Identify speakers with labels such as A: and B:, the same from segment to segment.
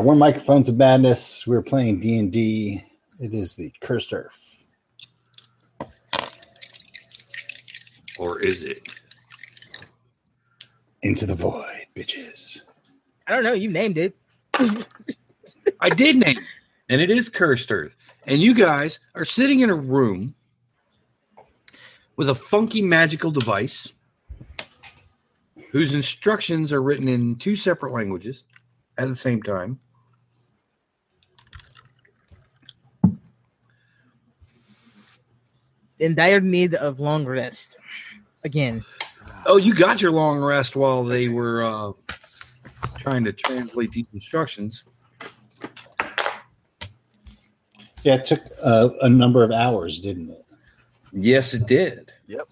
A: one microphone to madness. We're playing D and D. It is the cursed earth.
B: Or is it?
A: Into the void, bitches.
C: I don't know. You named it.
B: I did name it, and it is Cursed Earth. And you guys are sitting in a room with a funky magical device whose instructions are written in two separate languages at the same time.
C: In dire need of long rest. Again,
B: Oh, you got your long rest while they were uh, trying to translate these instructions.
A: Yeah, it took uh, a number of hours, didn't it?
B: Yes, it did.
D: Yep.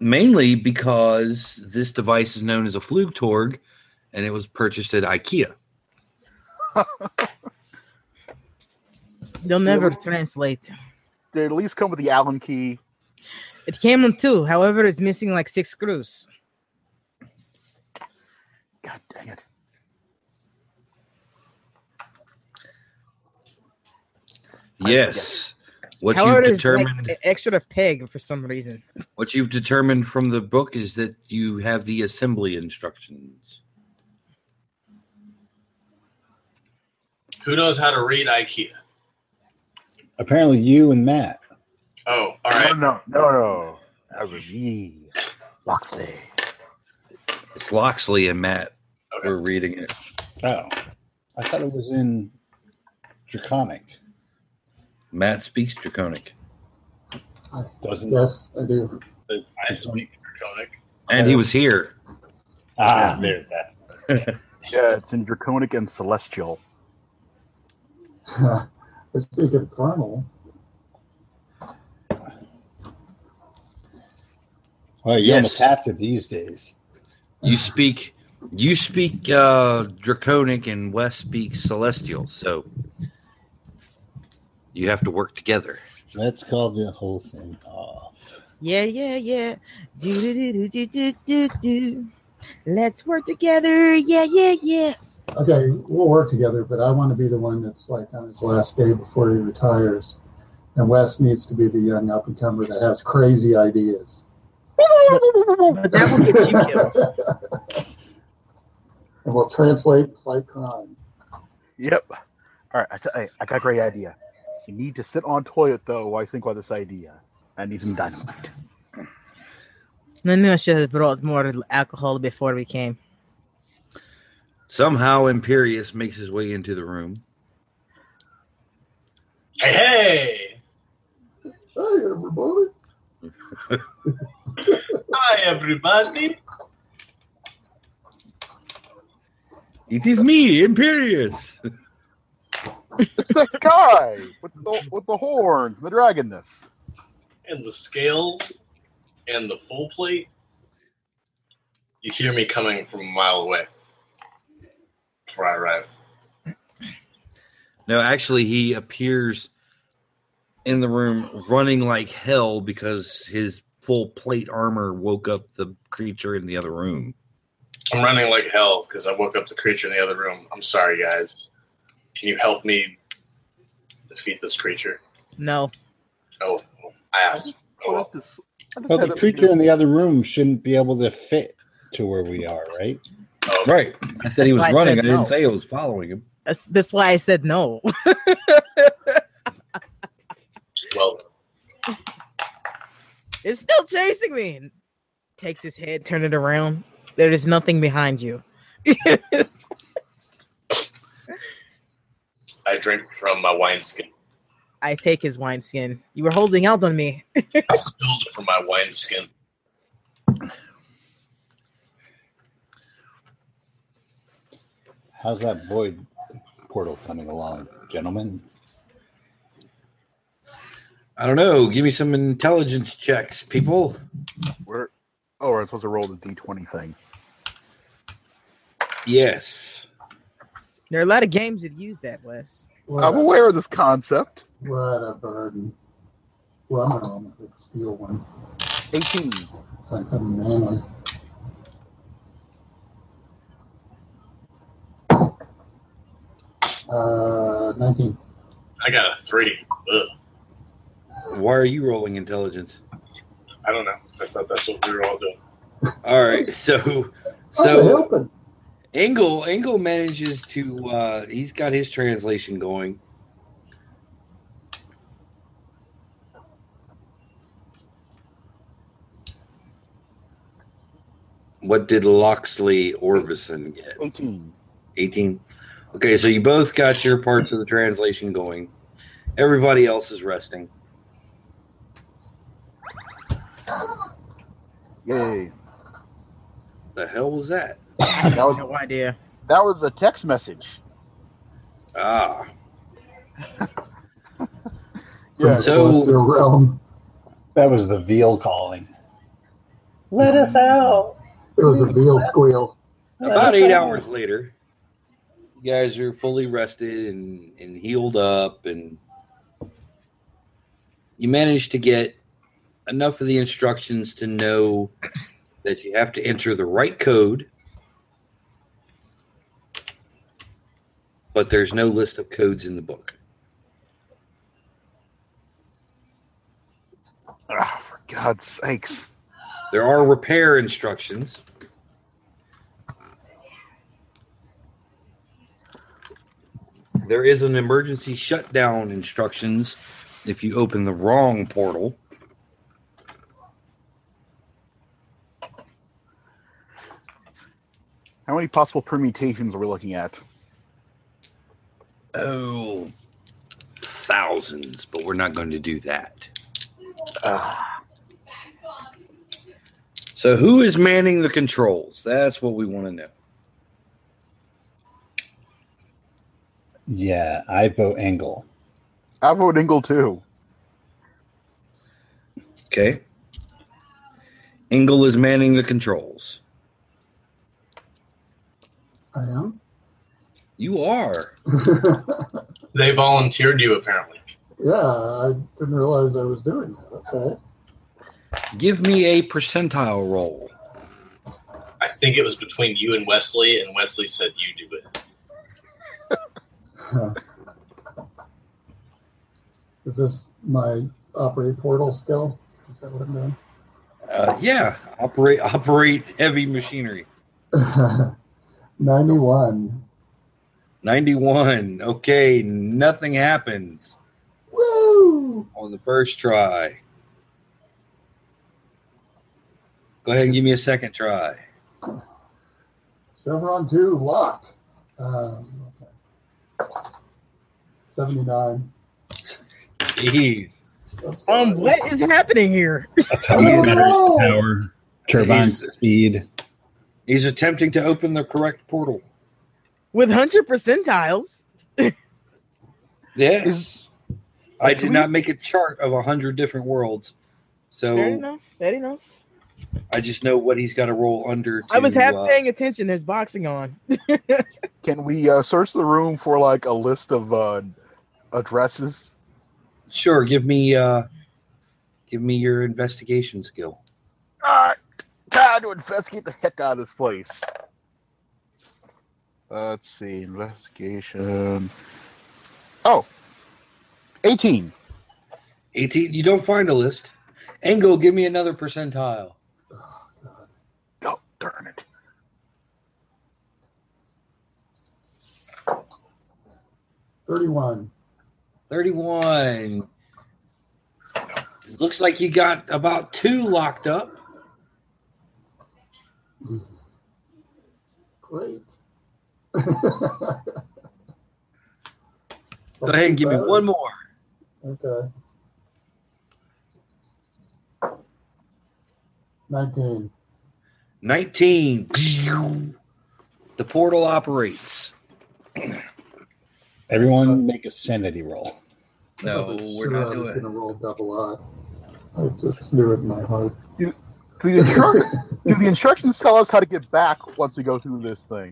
B: Mainly because this device is known as a Flugtorg, and it was purchased at IKEA.
C: they'll never
D: Yeah.
C: translate.
D: They at least come with the Allen key.
C: It came on two. However, it's missing like six screws.
D: God dang it. I-
B: Yes. What
C: However,
B: you've
C: it's like
B: determined,
C: an extra peg for some reason.
B: what you've determined from the book is that you have the assembly instructions.
E: Who knows how to read IKEA?
A: Apparently, you and Matt.
E: Oh, all right.
D: No, no, no, no. That was me. Loxley.
B: It's Loxley and Matt
E: Okay.
B: who are reading it.
A: Oh, I thought it was in Draconic.
B: Matt speaks draconic,
A: Doesn't
F: Yes, I do.
E: I speak draconic.
B: and he was here.
A: ah
E: there that.
D: Yeah, it's in Draconic and Celestial.
F: I speak infernal.
A: well, you
B: Yes.
A: almost have to these days.
B: You speak, you speak uh, draconic, and Wes speaks celestial. So you have to work together.
A: Let's call the whole thing off.
C: Yeah, yeah, yeah. Do do do do do do do do. Let's work together. Yeah, yeah, yeah.
F: Okay, we'll work together, but I want to be the one that's like on his last day before he retires. And Wes needs to be the young up and comer that has crazy ideas.
C: But that will get you killed.
F: and we'll translate and fight crime.
D: Yep. All right, I, t- I, I got a great idea. You need to sit on toilet though while I think about this idea. I need some dynamite.
C: I knew I should have brought more alcohol before we came.
B: Somehow, Imperius makes his way into the room.
E: Hey, hey!
F: Hey, everybody.
E: Hi, everybody.
B: It is me, Imperius.
D: It's that guy with the, with the horns and the dragonness.
E: And the scales and the full plate. You hear me coming from a mile away. Before I arrive.
B: No, actually, he appears in the room running like hell because his full plate armor woke up the creature in the other room.
E: I'm running like hell because I woke up the creature in the other room. I'm sorry, guys. Can you help me defeat this creature?
C: No,
E: Oh, I asked. Oh,
D: Well,
E: well.
D: this- I just
A: Well,
D: had
A: the
D: it-
A: creature in the other room shouldn't be able to fit to where we are, right?
E: Oh,
B: Right. I said
C: That's
B: he was
C: why I
B: running.
C: said
B: I didn't
C: no.
B: say I was following him.
C: that's, that's why I said no.
E: well,
C: It's still chasing me. Takes his head, turn it around. There is nothing behind you.
E: I drink from my wineskin.
C: I take his wineskin. You were holding out on me.
E: I spilled from my wineskin.
A: How's that void portal coming along, gentlemen?
B: I don't know. Give me some intelligence checks, people.
D: Where? Oh, I'm supposed to roll the d20 thing.
B: Yes.
C: There are a lot of games that use that, Wes.
F: What,
D: I'm
F: a,
D: aware of this concept.
F: what a burden. Well, I'm going to steal one.
D: 18.
F: It's like something manly. Uh, 19.
E: I got a three. Ugh.
B: Why are you rolling intelligence?
E: I don't know. I thought that's what we were all doing.
B: All right, so
F: oh,
B: so
F: helping.
B: Engel Engel manages to uh, he's got his translation going. What did Loxley Orbison get?
D: 18.
B: 18. Okay, so you both got your parts of the translation going. Everybody else is resting.
D: Yay.
B: The hell was that?
C: I
D: That was-
C: have no idea.
D: That was a text message.
B: Ah.
F: From
D: Yeah.
F: the
B: So-
F: celestial realm.
A: That was the veal calling. Let us out.
F: It was a veal squeal.
A: Let
B: About
A: us
B: eight
A: out.
B: hours later, you guys are fully rested and, and healed up, and you manage to get enough of the instructions to know that you have to enter the right code, but there's no list of codes in the book.
D: Ah, for God's sakes.
B: There are repair instructions. There is an emergency shutdown instructions if you open the wrong portal.
D: How many possible permutations are we looking at?
B: Oh, thousands, but we're not going to do that.
D: Ah,
B: So, who is manning the controls? That's what we want to know.
A: Yeah, I vote Engel.
D: I vote Ingle too.
B: Okay. Engel is manning the controls.
F: I am.
B: You are.
E: They volunteered you apparently.
F: yeah, I didn't realize I was doing that. Okay.
B: Give me a percentile roll.
E: I think it was between you and Wesley, and Wesley said you do it.
F: Huh. Is this my operate portal skill? Is that what I'm doing?
B: Uh, yeah, operate operate heavy machinery.
F: 91.
B: Ninety one. Okay, nothing happens
F: Woo!
B: on the first try. Go ahead and give me a second try.
F: Chevron 2 locked. Um, okay. 79.
B: Jeez.
F: I'm sorry.
C: Um, what is happening here?
A: Atometers, power, turbine
B: Jesus.
A: speed.
B: He's attempting to open the correct portal.
C: With hundred percentiles?
B: Yes. I
D: do
B: did
D: we-
B: not make a chart of a hundred different worlds.
C: Fair
B: So
C: enough. Fair enough.
B: I just know what he's got to roll under. To,
C: I was half
B: uh,
C: paying attention. There's boxing on.
D: Can we uh, search the room for like a list of uh, addresses?
B: Sure, give me uh, give me your investigation skill.
D: Alright, Ah, time to investigate the heck out of this place. Let's see, investigation. Oh, 18.
B: 18 you don't find a list engel give me another percentile
D: Oh, darn it.
F: Thirty-one.
B: 31 looks like you got about two locked up
F: Great.
B: go ahead and give me one more
F: Okay. Nineteen.
B: 19 the portal operates
A: Everyone make a sanity roll.
B: no
F: Probably
B: we're
F: sure
B: not
F: I was
B: doing it
F: gonna roll double I. I just knew it in my heart.
D: Do the, instru- do the instructions tell us how to get back once we go through this thing?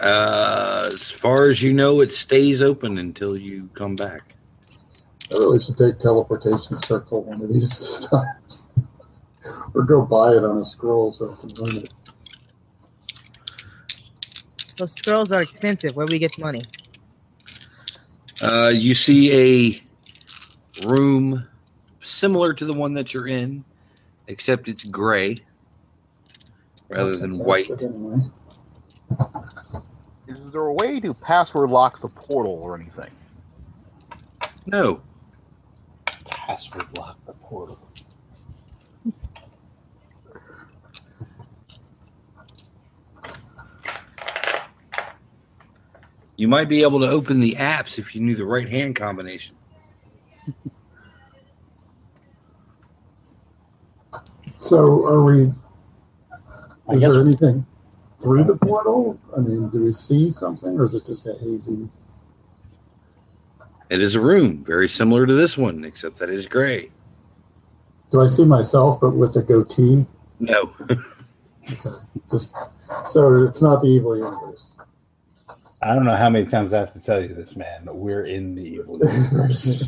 B: uh, as far as you know it stays open until you come back
F: I really should take teleportation circle one of these times. or go buy it on a scroll so I can learn it.
C: Those girls are expensive. Where we get money?
B: Uh, you see a room similar to the one that you're in, except it's gray rather than white.
F: But anyway,
D: Is there a way to password lock the portal or anything?
B: No,
A: Password lock the portal.
B: you might be able to open the apps if you knew the right hand combination.
F: so are we?
A: I
F: Is
A: guess
F: there anything through the portal? I mean, do we see something, or is it just a hazy?
B: It is a room very similar to this one, except that it's gray.
F: Do I see myself, but with a goatee?
B: No,
F: Just so it's not the evil universe.
A: I don't know how many times I have to tell you this, man, but we're in the evil universe.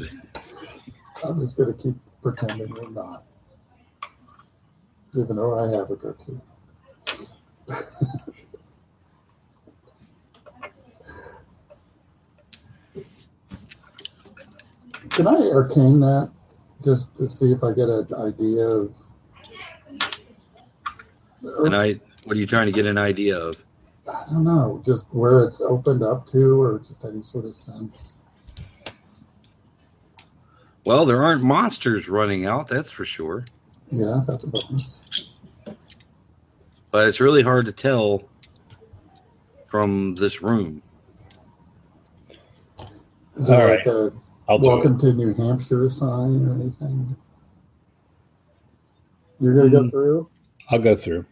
F: I'm just gonna keep pretending we're not, even though I have a goatee. Can I arcane that just to see if I get an idea of?
B: and I. What are you trying to get an idea of?
F: I don't know, just where it's opened up to, or just any sort of sense.
B: Well, there aren't monsters running out, that's for sure.
F: Yeah, that's a bonus.
B: But it's really hard to tell from this room.
F: Is there
A: All
F: like a
A: I'll do it.
F: welcome to New Hampshire sign or anything? You're gonna
D: Mm-hmm.
F: go
B: Mm.
F: through?
A: I'll go through.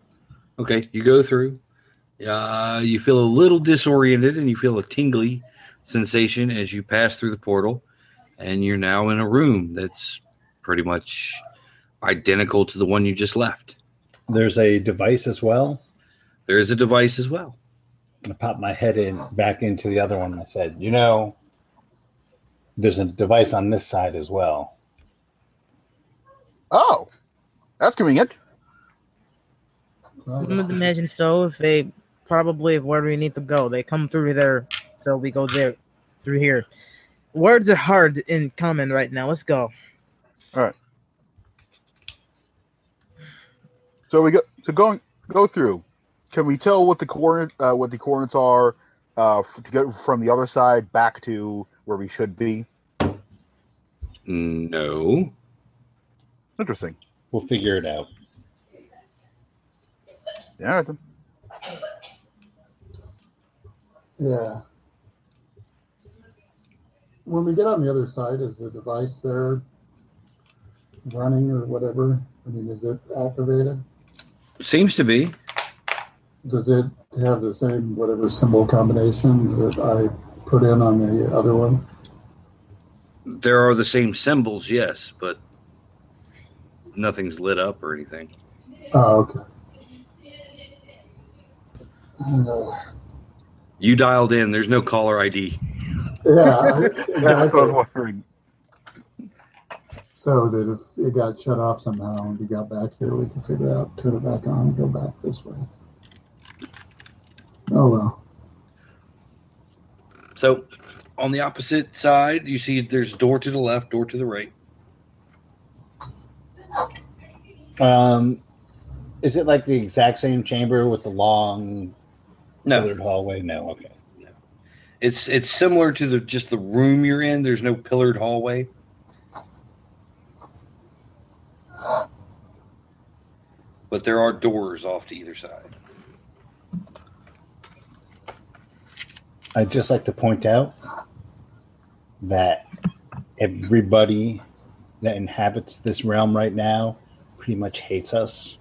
B: Okay, you go through. Uh, you feel a little disoriented and you feel a tingly sensation as you pass through the portal. And you're now in a room that's pretty much identical to the one you just left.
A: There's a device as well.
B: There is a device as well.
A: I popped my head in back into the other one and I said, you know, there's a device on this side as well.
D: Oh, that's convenient.
F: Well,
C: I would imagine so. If they probably where we need to go, they come through there, so we go there through here. Words are hard in common right now. Let's go.
D: So we go. So going go through. Can we tell what the coordinate uh, what the coordinates are uh, f- to get from the other side back to where we should be?
B: No.
D: Interesting.
A: We'll figure it out.
D: Yeah. then.
F: Yeah. When we get on the other side, is the device there running or whatever? I mean, is it activated?
B: Seems to be.
F: Does it have the same whatever symbol combination that I put in on the other one?
B: There are the same symbols, yes, but nothing's lit up or anything.
F: Oh, okay. Uh,
B: You dialed in. There's no caller ID.
F: yeah,
D: Yeah,
F: I-
D: that's what I
F: exactly.
D: was wondering.
F: So that if it got shut off somehow and we got back here, we could figure out, turn it back on, and go back this way. Oh well.
B: So, on the opposite side, you see there's door to the left, door to the right.
A: Um, is it like the exact same chamber with the long
B: No,
A: feathered hallway? No. Okay.
B: it's it's similar to the just the room you're in. There's no pillared hallway. But there are doors off to either side.
A: I'd just like to point out that everybody that inhabits this realm right now pretty much hates us,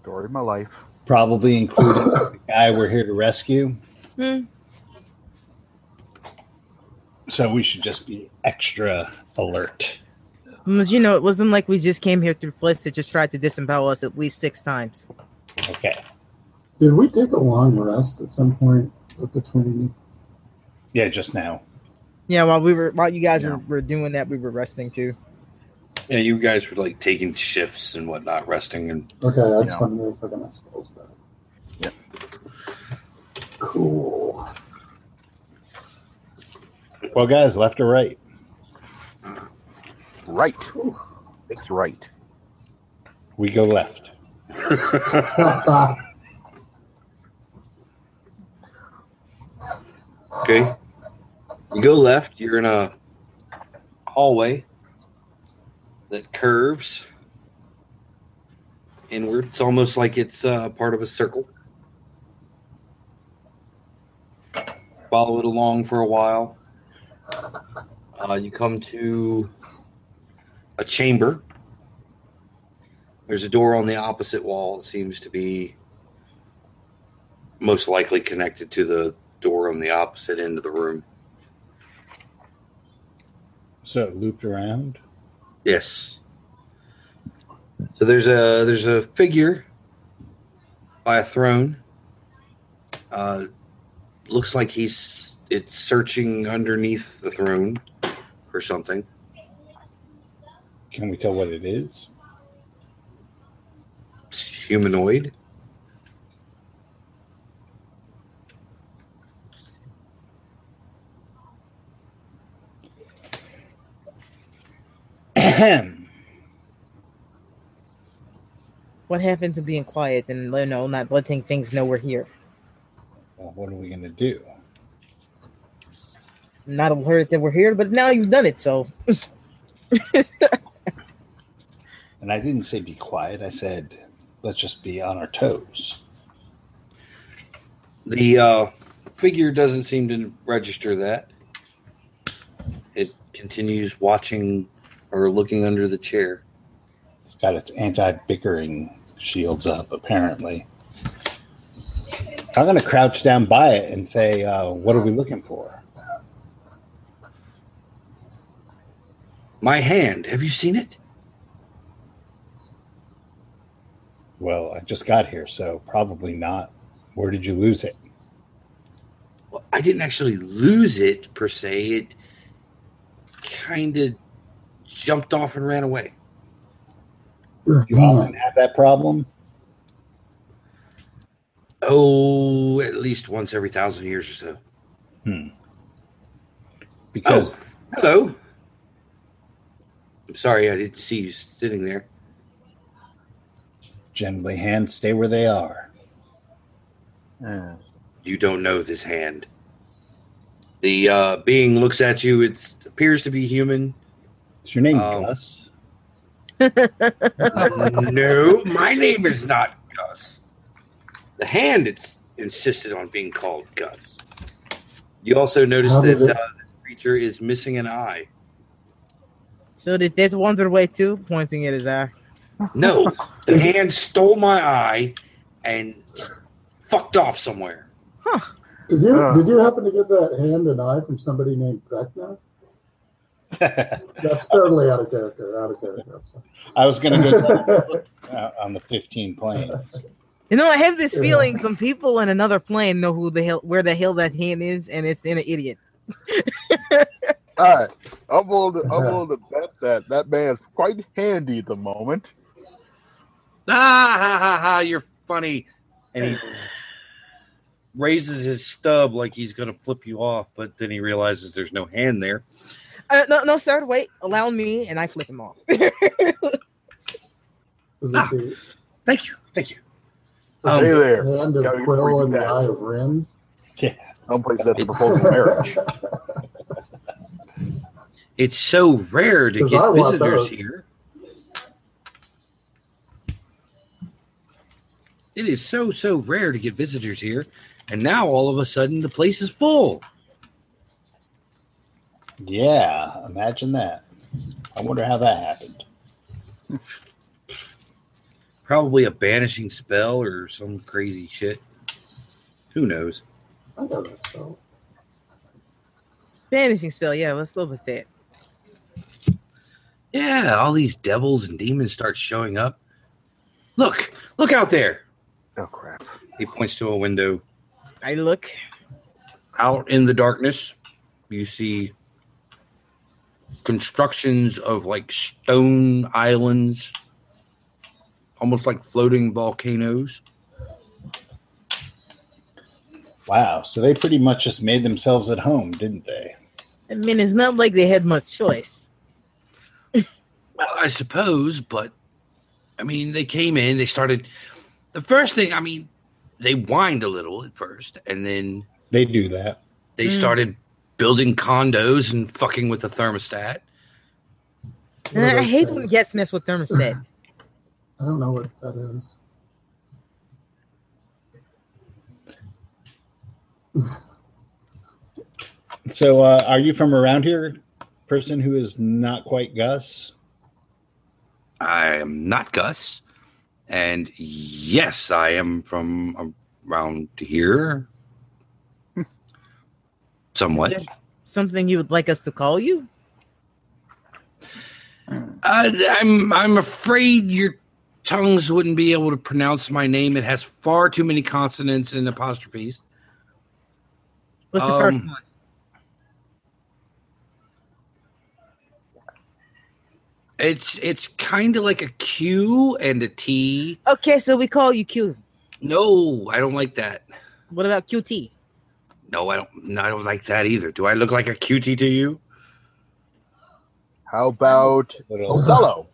D: Story of my life.
A: probably including the guy we're here to rescue.
C: Hmm.
A: So we should just be extra alert.
C: Because, Mm, you know, it wasn't like we just came here through a place that just tried to disembowel us at least six times.
A: Okay.
F: Did we take a long rest at some point between?
A: Yeah, just now.
C: Yeah, while we were while you guys
D: Yeah.
C: were, were doing that, we were resting too.
B: Yeah, you guys were like taking shifts and whatnot, resting and
F: Okay, I just
D: Yeah.
F: wanted to know if I got my spells back. Cool.
A: Well, guys, left or right?
D: Right. It's right.
A: We go left.
F: That's
B: Okay. You go left, you're in a hallway that curves inward. It's almost like it's uh, part of a circle. Follow it along for a while. Uh, you come to a chamber. There's a door on the opposite wall. It seems to be most likely connected to the door on the opposite end of the room.
A: So it looped around.
B: Yes. So there's a there's a figure by a throne. Uh, looks like he's it's searching underneath the throne for something.
A: Can we tell what it is?
B: It's humanoid.
A: Ahem.
C: What happened to being quiet and you know not letting things know we're here?
A: Well, what are we gonna do?
C: Not alert that we're here, but now you've done it. So
A: And I didn't say be quiet. I said let's just be on our toes.
B: The uh, figure doesn't seem to register that. It continues watching or looking under the chair.
A: It's got its anti-bickering shields up, apparently. I'm gonna crouch down by it and say, uh, "What are we looking for?"
B: My hand. Have you seen it?
A: Well, I just got here, so probably not. Where did you lose it?
B: well, I didn't actually lose it per se. It kind of jumped off and ran away.
A: You
B: Hmm.
A: often have that problem.
B: Oh, at least once every thousand years or so.
A: Because
B: Oh, hello. I'm sorry, I didn't see you sitting there.
A: generally, hands stay where they are.
B: You don't know this hand. The uh, being looks at you. It appears to be human.
A: Is your name
B: Oh.
A: Gus?
B: no, my name is not Gus. The hand it's insisted on being called Gus. You also notice
F: How
B: that
F: did
B: uh,
F: it-
B: this creature is missing an eye.
C: so did that wander away too, pointing uh, at his eye.
B: No, the hand stole my eye and fucked off somewhere.
F: Did you
D: Uh.
F: did you happen to get that hand and eye from somebody named Vecna?
A: I
F: That's totally out of character. Out of character. I'm sorry.
A: was gonna go down, uh, on the 15 planes.
C: You know, I have this
F: Yeah.
C: feeling some people in another plane know who the hell, where the hell that hand is, and it's in an idiot.
D: All right. I'm willing to, I'm willing to bet that that man's quite handy at the moment.
B: Ah, ha, ha, ha, you're funny. And he raises his stub like he's going to flip you off, but then he realizes there's no hand there.
C: Uh, no, no, sir, wait, allow me, and I flip him off.
F: Was
B: Ah.
F: it the
B: Thank you. Thank you.
D: hey
B: Um,
D: there.
F: hand
D: Yeah,
F: of
D: you
F: Quill
D: freaked
F: and the
D: out.
F: eye of Rin?
D: Someplace that's a proposal of marriage.
B: it's so rare to
F: 'Cause I
B: get
F: want
B: visitors
F: those.
B: here. It is so, so rare to get visitors here. And now all of a sudden the place is full.
A: Yeah, imagine that. I wonder how that happened.
B: Probably a banishing spell or some crazy shit. Who knows?
F: I know that's so.
C: Banishing spell, yeah, let's go with that.
B: Yeah, all these devils and demons start showing up. Look, look out there.
D: Oh, crap.
B: He points to a window.
C: I look.
B: Out in the darkness, you see constructions of like stone islands, almost like floating volcanoes.
A: Wow. So they pretty much just made themselves at home, didn't they?
C: I mean, it's not like they had much choice.
B: Well, I suppose, but I mean, they came in, they started. The first thing, I mean, they whined a little at first, and then
A: They do that.
B: they
C: Mm.
B: started building condos and fucking with the thermostat.
C: And Uh, I hate when guests mess with thermostats.
F: I don't know what that is.
A: So uh, are you from around here, person who is not quite Gus?
B: I am not Gus, and yes, I am from around here, somewhat.
C: Something you would like us to call you?
B: Uh, I'm I'm afraid your tongues wouldn't be able to pronounce my name. It has far too many consonants and apostrophes.
C: What's the
B: Um,
C: first one?
B: It's it's kind of like a Q and a T.
C: Okay, so we call you Q.
B: No, I don't like that.
C: What about QT?
B: No, I don't. No, I don't like that either. Do I look like a cutie to you?
D: How about
C: Oh,
A: Little
D: Othello?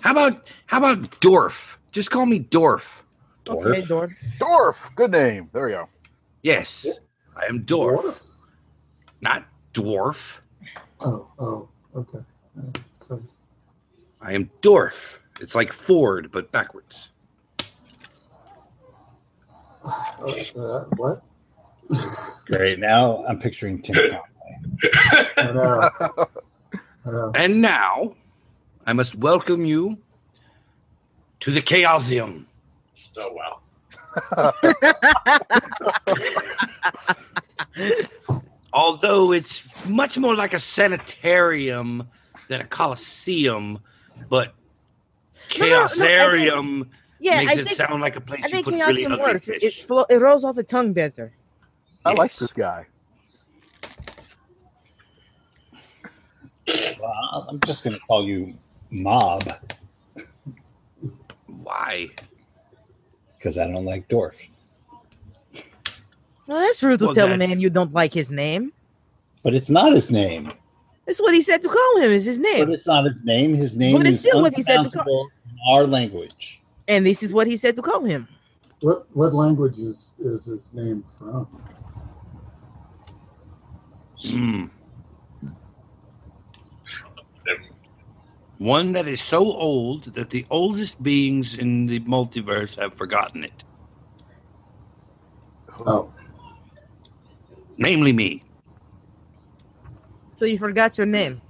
B: How about how about Dorf? Just call me Dorf.
A: dwarf.
C: Okay, Dorf.
D: Dorf, good name. There we go.
B: Yes, I am Dorf, not dwarf.
F: Oh, oh, okay. Uh, So,
B: I am Dorf. It's like Ford but backwards.
F: uh, uh, what?
A: Great. Now I'm picturing Tim Conway.
F: I know. I know.
B: And now, I must welcome you to the Chaosium.
E: Oh wow.
B: Although it's much more like a sanitarium than a coliseum, but
C: No, no, no, I think-
B: Chaosarium
C: Yeah,
B: makes
C: I
B: it
C: think
B: sound like a place
C: I
B: you
C: think
B: put really
C: chaosium
B: ugly
C: works.
B: fish.
C: It, flo- it rolls off the tongue better.
D: I
B: Yes.
D: like this guy.
A: Well, I'm just going to call you Mob
B: Why?
A: because I don't like Dorf.
C: Well, that's rude to
B: Well,
C: tell a
B: that-
C: man you don't like his name.
A: But it's not his name.
C: That's what he said to call him. Is his
A: But
C: name,
A: it's not his name. His name
C: But it's
A: is
C: still what he said to call-
A: unpronounceable in our language.
C: and this is what he said to call him.
F: What what language is, is his name from?
B: Hmm. One that is so old that the oldest beings in the multiverse have forgotten it,
F: Oh,
B: namely me.
C: So you forgot your name.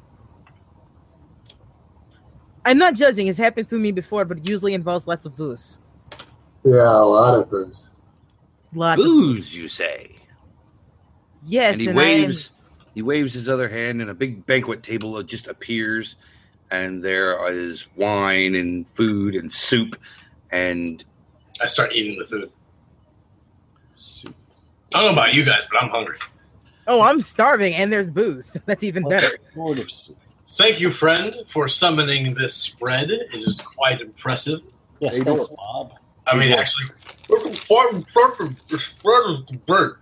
C: I'm not judging. It's happened to me before, but it usually involves lots of booze.
F: yeah, a lot of those.
C: Lots. Of,
B: Booze, you say?
C: yes,
B: and he
C: and I am-
B: waves he waves his other hand and a big banquet table just appears and there is wine and food and soup and
E: I start eating the food. I don't know about you guys, but I'm hungry.
C: oh, I'm starving, and there's booze. That's even better.
A: Sort of soup.
E: Thank you, friend, for summoning this spread. It is quite impressive.
A: Yes,
D: Hey,
A: thanks,
D: Dorf.
A: Mob.
E: I mean, actually, quite impressive. The spread is great.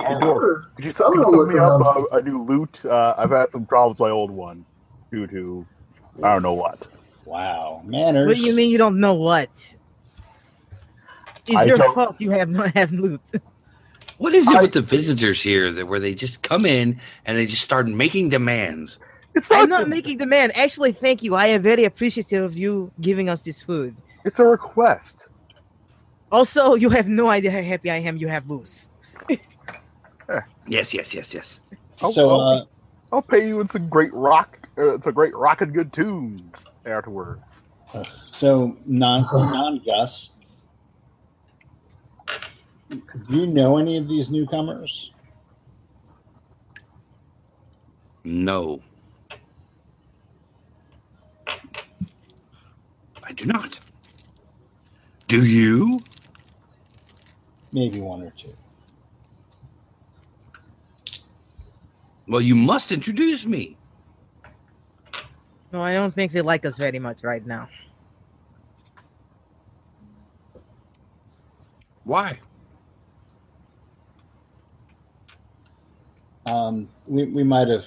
D: Hey, Dorf, could you, could
F: I'm
D: you
C: Oh,
F: gonna
D: look
F: look
D: me
F: around.
D: up a, a new loot? Uh, I've had some problems with my old one due to I don't know what.
A: Wow. Manners.
C: What do you mean you don't know what? It's
D: I
C: your
D: don't-
C: fault you have not have loot.
B: what is it
D: I-
B: with the visitors here that where they just come in and they just start making demands
D: It's
C: I'm
D: not.
C: not making demand. Actually, thank you. I am very appreciative of you giving us this food.
D: It's a request.
C: Also, you have no idea how happy I am you have booze.
B: yes yes yes yes
D: I'll,
C: Oh,
A: So,
D: I'll,
A: uh,
D: I'll pay you in some great rock. Uh, it's a great rock and good tunes afterwards.
A: so non non Gus, do you know any of these newcomers?
B: no i do not do you
A: Maybe one or two.
B: well you must introduce me
C: No, I don't think they like us very much right now.
B: Why?
A: Um, we we might have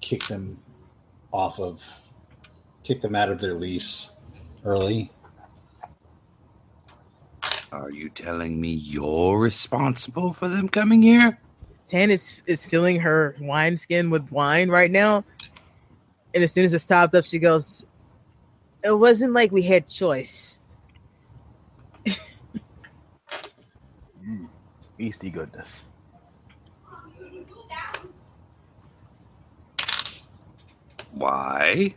A: kicked them off of, kicked them out of their lease early.
B: Are you telling me you're responsible for them coming here?
C: Tan is is filling her wine skin with wine right now, and as soon as it stopped up, she goes, "It wasn't like we had choice."
D: Mm, beastie goodness.
B: Why?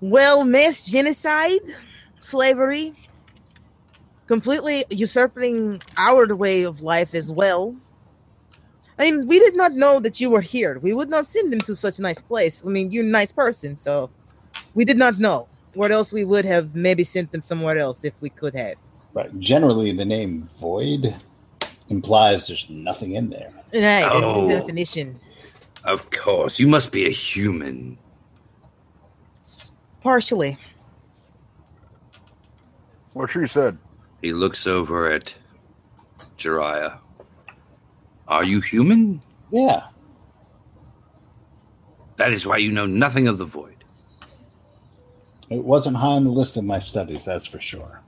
C: Well, mass genocide, slavery, completely usurping our way of life as well. I mean, we did not know that you were here. We would not send them to such a nice place. I mean, you're a nice person, so we did not know. What else we would have maybe sent them somewhere else if we could have.
A: Right. Generally, the name void implies there's nothing in there.
C: Right, that's
B: Oh.
C: the definition.
B: Of course, you must be a human.
C: Partially.
D: What she said.
B: He looks over at Jiraiya. Are you human?
A: Yeah.
B: That is why you know nothing of the void.
A: It wasn't high on the list of my studies, that's for sure.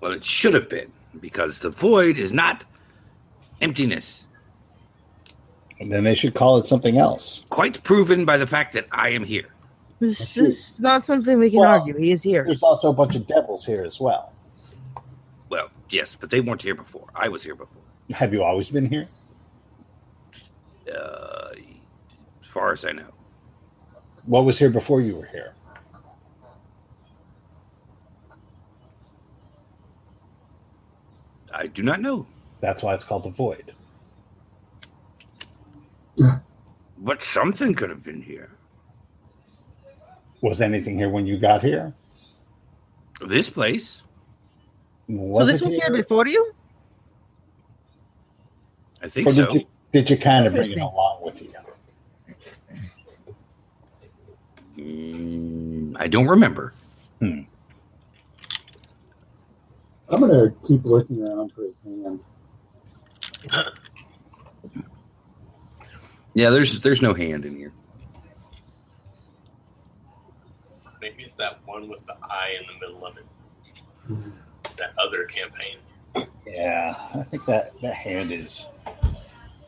B: Well, it should have been, because the void is not emptiness.
A: And then they should call it something else.
B: Quite proven by the fact that I am here.
C: This is not something we can
A: Well,
C: argue. He is here.
A: There's also a bunch of devils here as well.
B: Well, yes, but they weren't here before. I was here before.
A: Have you always been here?
B: Uh, as far as I know.
A: What was here before you were here?
B: I do not know.
A: That's why it's called the void.
B: But something could have been here.
A: Was anything here when you got here?
B: This place.
C: So
A: Was
C: this
A: it
C: was here before you?
B: I think
A: Or did,
B: so.
A: you, did you kind of bring it
C: Interesting.
A: along with you?
B: Mm, I don't remember.
F: I'm gonna keep looking around for his hand.
B: Yeah, there's there's no hand in here.
E: Maybe it's that one with the eye in the middle of it. That other campaign.
A: Yeah, I think that, that hand is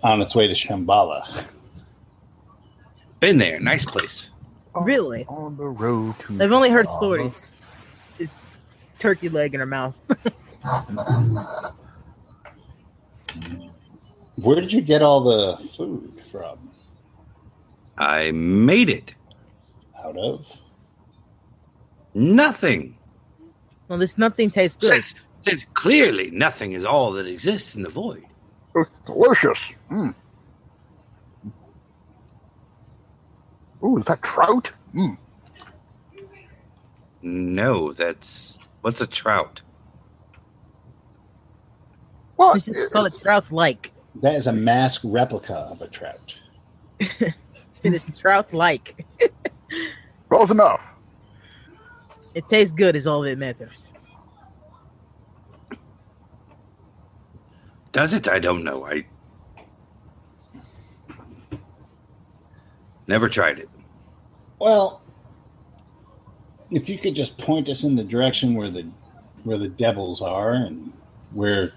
A: on its way to Shambhala.
B: Been there. Nice place.
C: Really?
D: On the road to.
C: I've only heard
D: Shambhala.
C: stories. Is turkey leg in her mouth.
A: Where did you get all the food from?
B: I made it.
A: Out of?
B: Nothing.
C: Well, this nothing tastes good.
B: Since, since clearly nothing is all that exists in the void.
D: It's delicious. Mm. Ooh, is that trout? Mm.
B: No, that's what's a trout?
D: What?
C: Let's just call it trout like.
A: That is a mask replica of a trout.
C: It is trout like.
D: Close enough.
C: It tastes good is all that matters.
B: Does it? I don't know. I never tried it.
A: Well, if you could just point us in the direction where the where the devils are and where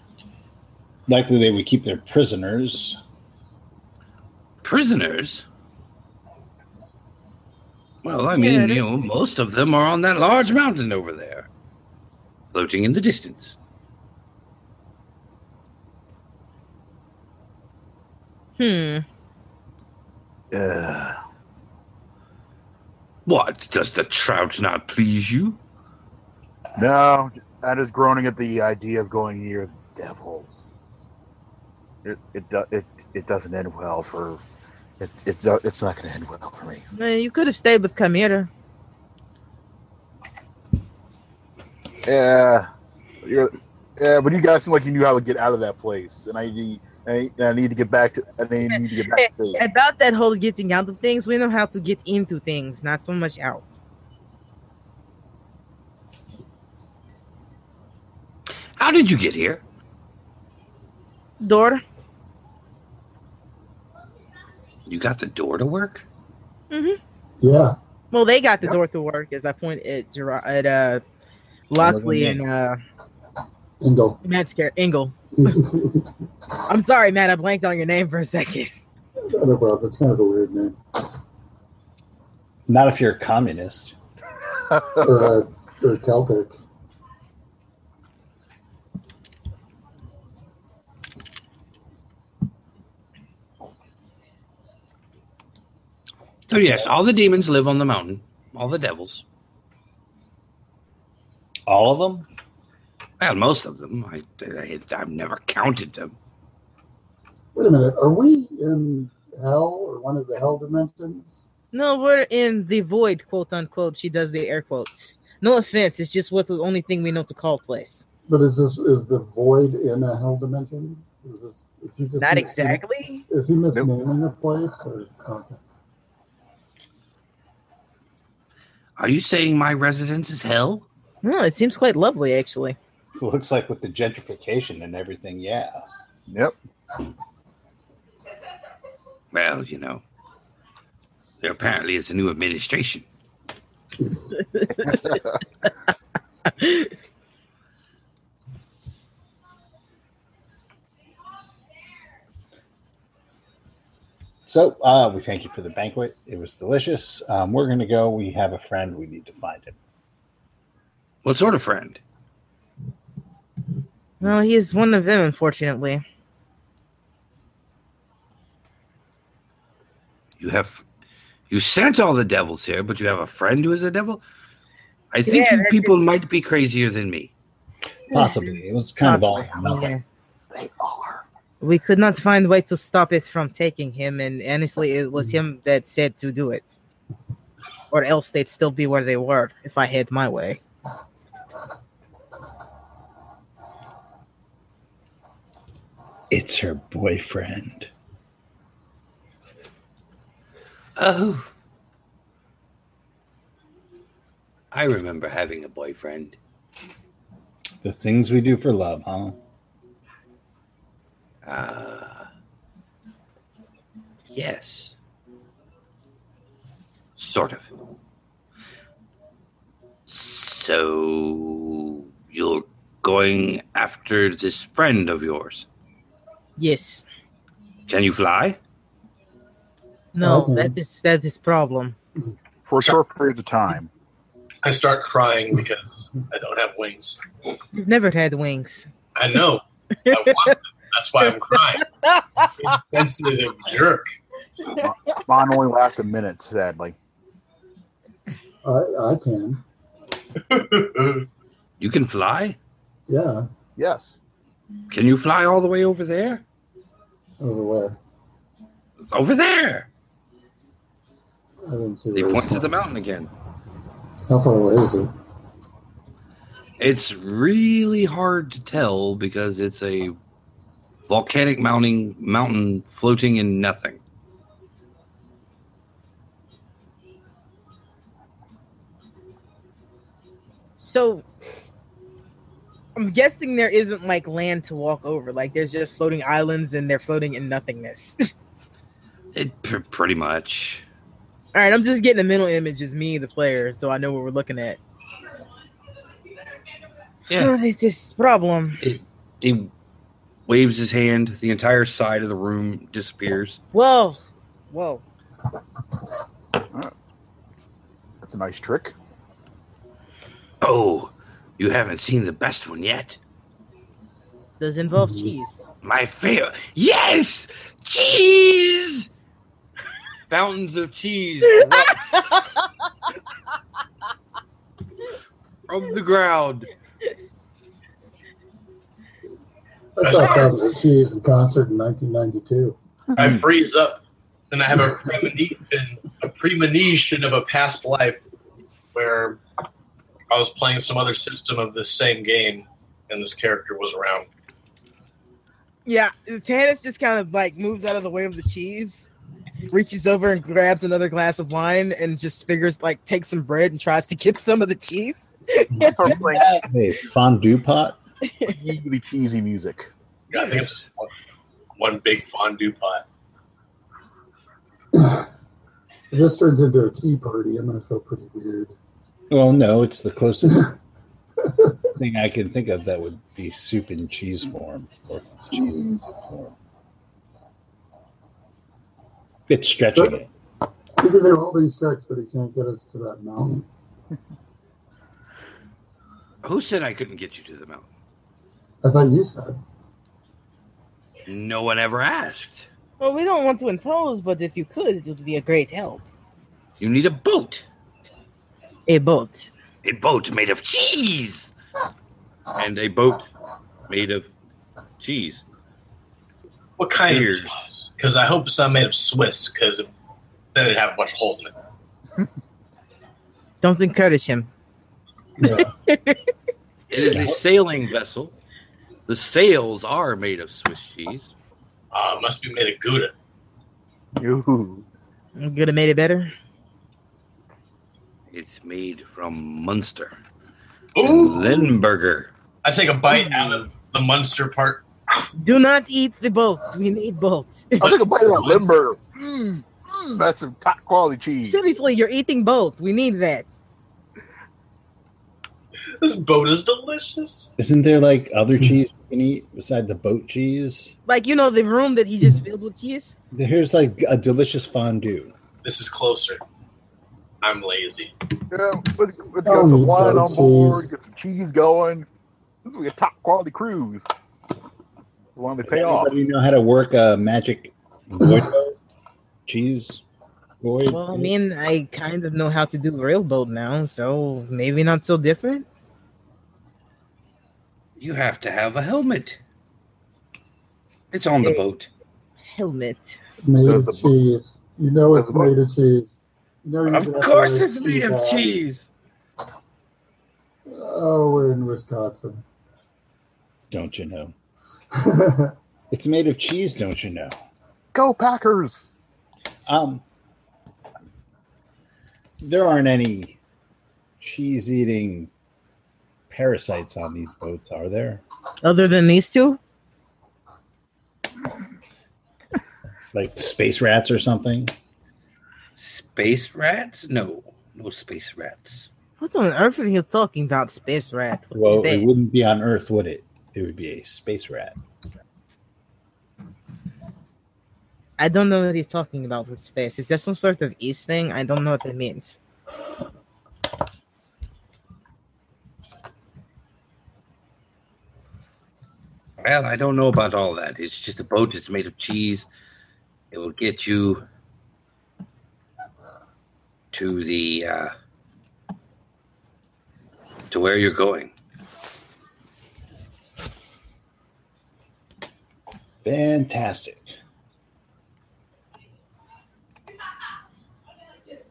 A: likely they would keep their prisoners.
B: Prisoners. Well, I mean, you know, most of them are on that large mountain over there, floating in the distance.
C: Hmm.
D: Yeah.
B: What does the trout not please you?
D: No, that is groaning at the idea of going near the devils. It it do- it it doesn't end well for it, it do- it's not going to end well for me.
C: Well, you could have stayed with Kamira.
D: Yeah, you're, yeah, but you guys seem like you knew how to get out of that place, and I need I, I need to get back to I need to get back to the
C: About that whole getting out of things, we know how to get into things, not so much out.
B: How did you get here?
C: Door.
B: You got the door to work?
F: Yeah.
C: Mm-hmm. Well, they got the door to work as I point at Gerard, at uh, Loxley
A: at
C: and uh,
F: Ingo.
C: Matt Scare Engel. I'm sorry, Matt. I blanked on your name for a second.
F: well, that's kind of a weird name.
A: Not if you're a communist.
F: Or, uh, or Celtic.
B: So, yes, all the demons live on the mountain, all the devils.
A: All of them?
B: Well, most of them. I, I, I've never counted them.
F: Wait a minute. Are we in hell or one of the hell dimensions?
C: No, we're in the void, quote unquote. She does the air quotes. No offense. It's just what the only thing we know to call place.
F: But is this is the void in a hell dimension? Is this is he just
C: Not
F: mis-
C: exactly.
F: Is he misnaming a place? Or, okay.
B: Are you saying my residence is hell?
C: No, it seems quite lovely actually.
A: Looks like with the gentrification and everything, yeah.
D: Yep.
B: Well, you know, there apparently is a new administration.
A: So uh, we thank you for the banquet. It was delicious. Um, we're going to go. We have a friend. We need to find him.
B: What sort of friend?
C: Well, he is one of them, unfortunately.
B: You have, you sent all the devils here, but you have a friend who is a devil. I think
C: Yeah,
B: you
C: that
B: people
C: is-
B: might be crazier than me.
A: Possibly. It was kind of all or nothing.
C: Yeah.
D: they are.
C: We could not find way to stop it from taking him, and honestly, it was him that said to do it. Or else they'd still be where they were if I had my way.
A: It's her boyfriend.
B: Oh, I remember having a boyfriend.
A: The things we do for love, huh?
B: Uh, yes. Sort of. So you're going after this friend of yours.
C: Yes.
B: Can you fly?
C: No,
F: Okay.
C: that is that is problem.
D: For short periods of time.
E: I start crying because I don't have wings.
C: You've never had wings.
E: I know. I want them. That's why I'm crying. Sensitive jerk.
D: Mine only lasts a minute, sadly.
F: I I can.
B: You can fly?
F: Yeah.
D: Yes.
B: Can you fly all the way over there?
F: Over where?
B: Over there!
F: I didn't see.
B: They
F: where he's
B: point to the
F: from.
B: mountain again.
F: How far away is it?
B: It's really hard to tell because it's a volcanic mounting mountain floating in nothing.
C: So I'm guessing there isn't like land to walk over. Like there's just floating islands and they're floating in nothingness.
B: It pr- pretty much.
C: All right, I'm just getting the mental image as me, the player, so I know what we're looking at.
B: Yeah.
C: Oh, it's this problem.
B: He waves his hand. The entire side of the room disappears.
C: Whoa, whoa.
D: That's a nice trick.
B: Oh, you haven't seen the best one yet.
C: Does involve
F: Mhm.
C: cheese.
B: My favorite. Yes, cheese. Fountains of cheese erupt from the ground.
F: I saw Travis and Cheese in concert in 1992.
E: I freeze up, and I have a premonition, a premonition of a past life where I was playing some other system of this same game, and this character was around.
C: Yeah, Tannis just kind of like moves out of the way of the cheese, reaches over and grabs another glass of wine, and just figures like takes some bread and tries to get some of the cheese.
D: That's what I'm playing.
A: Hey, fondue pot.
D: really cheesy music.
E: Yeah, I think it's one, one big fondue pot.
F: If this turns into a tea party, I'm going to feel pretty weird.
A: Well, no, it's the closest thing I can think of that would be soup in cheese form or cheese in form. It's stretching it.
F: He can do all these tricks, but he can't get us to that mountain.
B: Who said I couldn't get you to the mountain?
F: I thought you said.
B: No one ever asked.
C: Well, we don't want to impose, but if you could, it would be a great help.
B: You need a boat.
C: A boat.
B: A boat made of cheese. And a boat made of cheese.
E: What kind
B: Beers.
E: of cheese? Because I hope it's not made of Swiss, because then it'd have a bunch of holes in it.
C: Don't encourage him.
B: It is a sailing vessel. The sails are made of Swiss cheese.
E: Uh, it must be made of Gouda.
D: Ooh.
C: You Could have made it better.
B: It's made from Munster.
E: Ooh!
B: Limburger.
E: I take a bite out of the Munster part.
C: Do not eat the boat. We need boat.
D: I'll take a bite of that Limburger. Mm, mm, that's some top quality cheese.
C: Seriously, you're eating boat. We need that.
E: This boat is delicious.
A: Isn't there like other cheese you can eat beside the boat cheese?
C: Like you know the room that he just filled with cheese.
A: Here's like a delicious fondue.
E: This is closer. I'm lazy.
D: Yeah, let's, let's get some wine on board, get some cheese going. This will be a top quality cruise. The one they
A: Does
D: pay off.
A: anybody know how to work a magic void boat? cheese void?
C: Well, I mean, I kind of know how to do real boat now, so maybe not so different.
B: You have to have a helmet. It's on the
C: Hey.
B: boat.
C: Helmet.
F: Made
D: That's
F: of
D: the book.
F: cheese. You know
D: That's
F: it's
D: the book.
F: made of cheese. You know you
B: Of
F: can have
B: course
F: those
B: it's made of
F: out.
B: cheese.
F: Oh, we're in Wisconsin.
A: Don't you know? It's made of cheese, don't you know?
D: Go Packers!
A: Um, there aren't any cheese eating parasites on these boats, are there?
C: Other than these two,
A: Like space rats or something?
B: Space rats? No, no space rats.
C: what on earth are you talking about, space rat? What is
A: Well,
C: that?
A: it wouldn't be on Earth, would it? It would be a space rat.
C: I don't know what he's talking about with space. Is that some sort of east thing? I don't know what that means.
B: Well, I don't know about all that. It's just a boat that's made of cheese. It will get you to the uh, to where you're going.
A: Fantastic.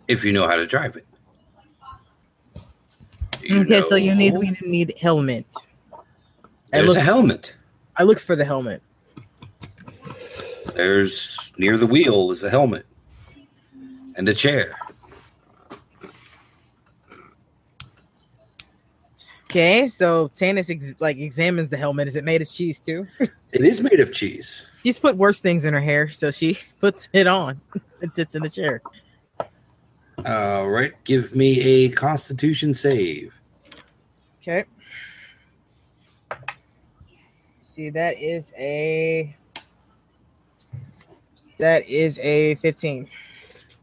B: if you know how to drive it. You
C: okay, so you
B: know-
C: need we need helmet. I
B: There's
C: look
B: a helmet.
C: I look for the helmet.
B: There's near the wheel is a helmet and a chair.
C: Okay, so Tanis ex- like examines the helmet. Is it made of cheese too?
B: It is made of cheese.
C: She's put worse things in her hair, so she puts it on and sits in the chair.
B: All right, give me a Constitution save.
C: Okay. See, that is a that is a 15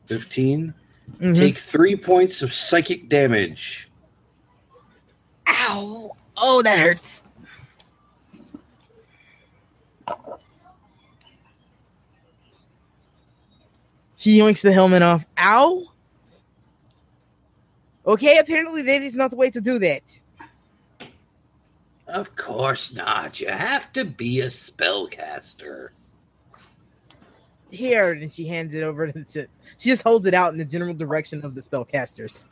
B: 15
C: Mhm.
B: Take three points of psychic damage.
C: Ow! Oh, that hurts. She yoinks the helmet off. Ow! Okay, apparently that is not the way to do that.
B: Of course not. You have to be a spellcaster.
C: Here, and she hands it over to. She just holds it out in the general direction of the spellcasters.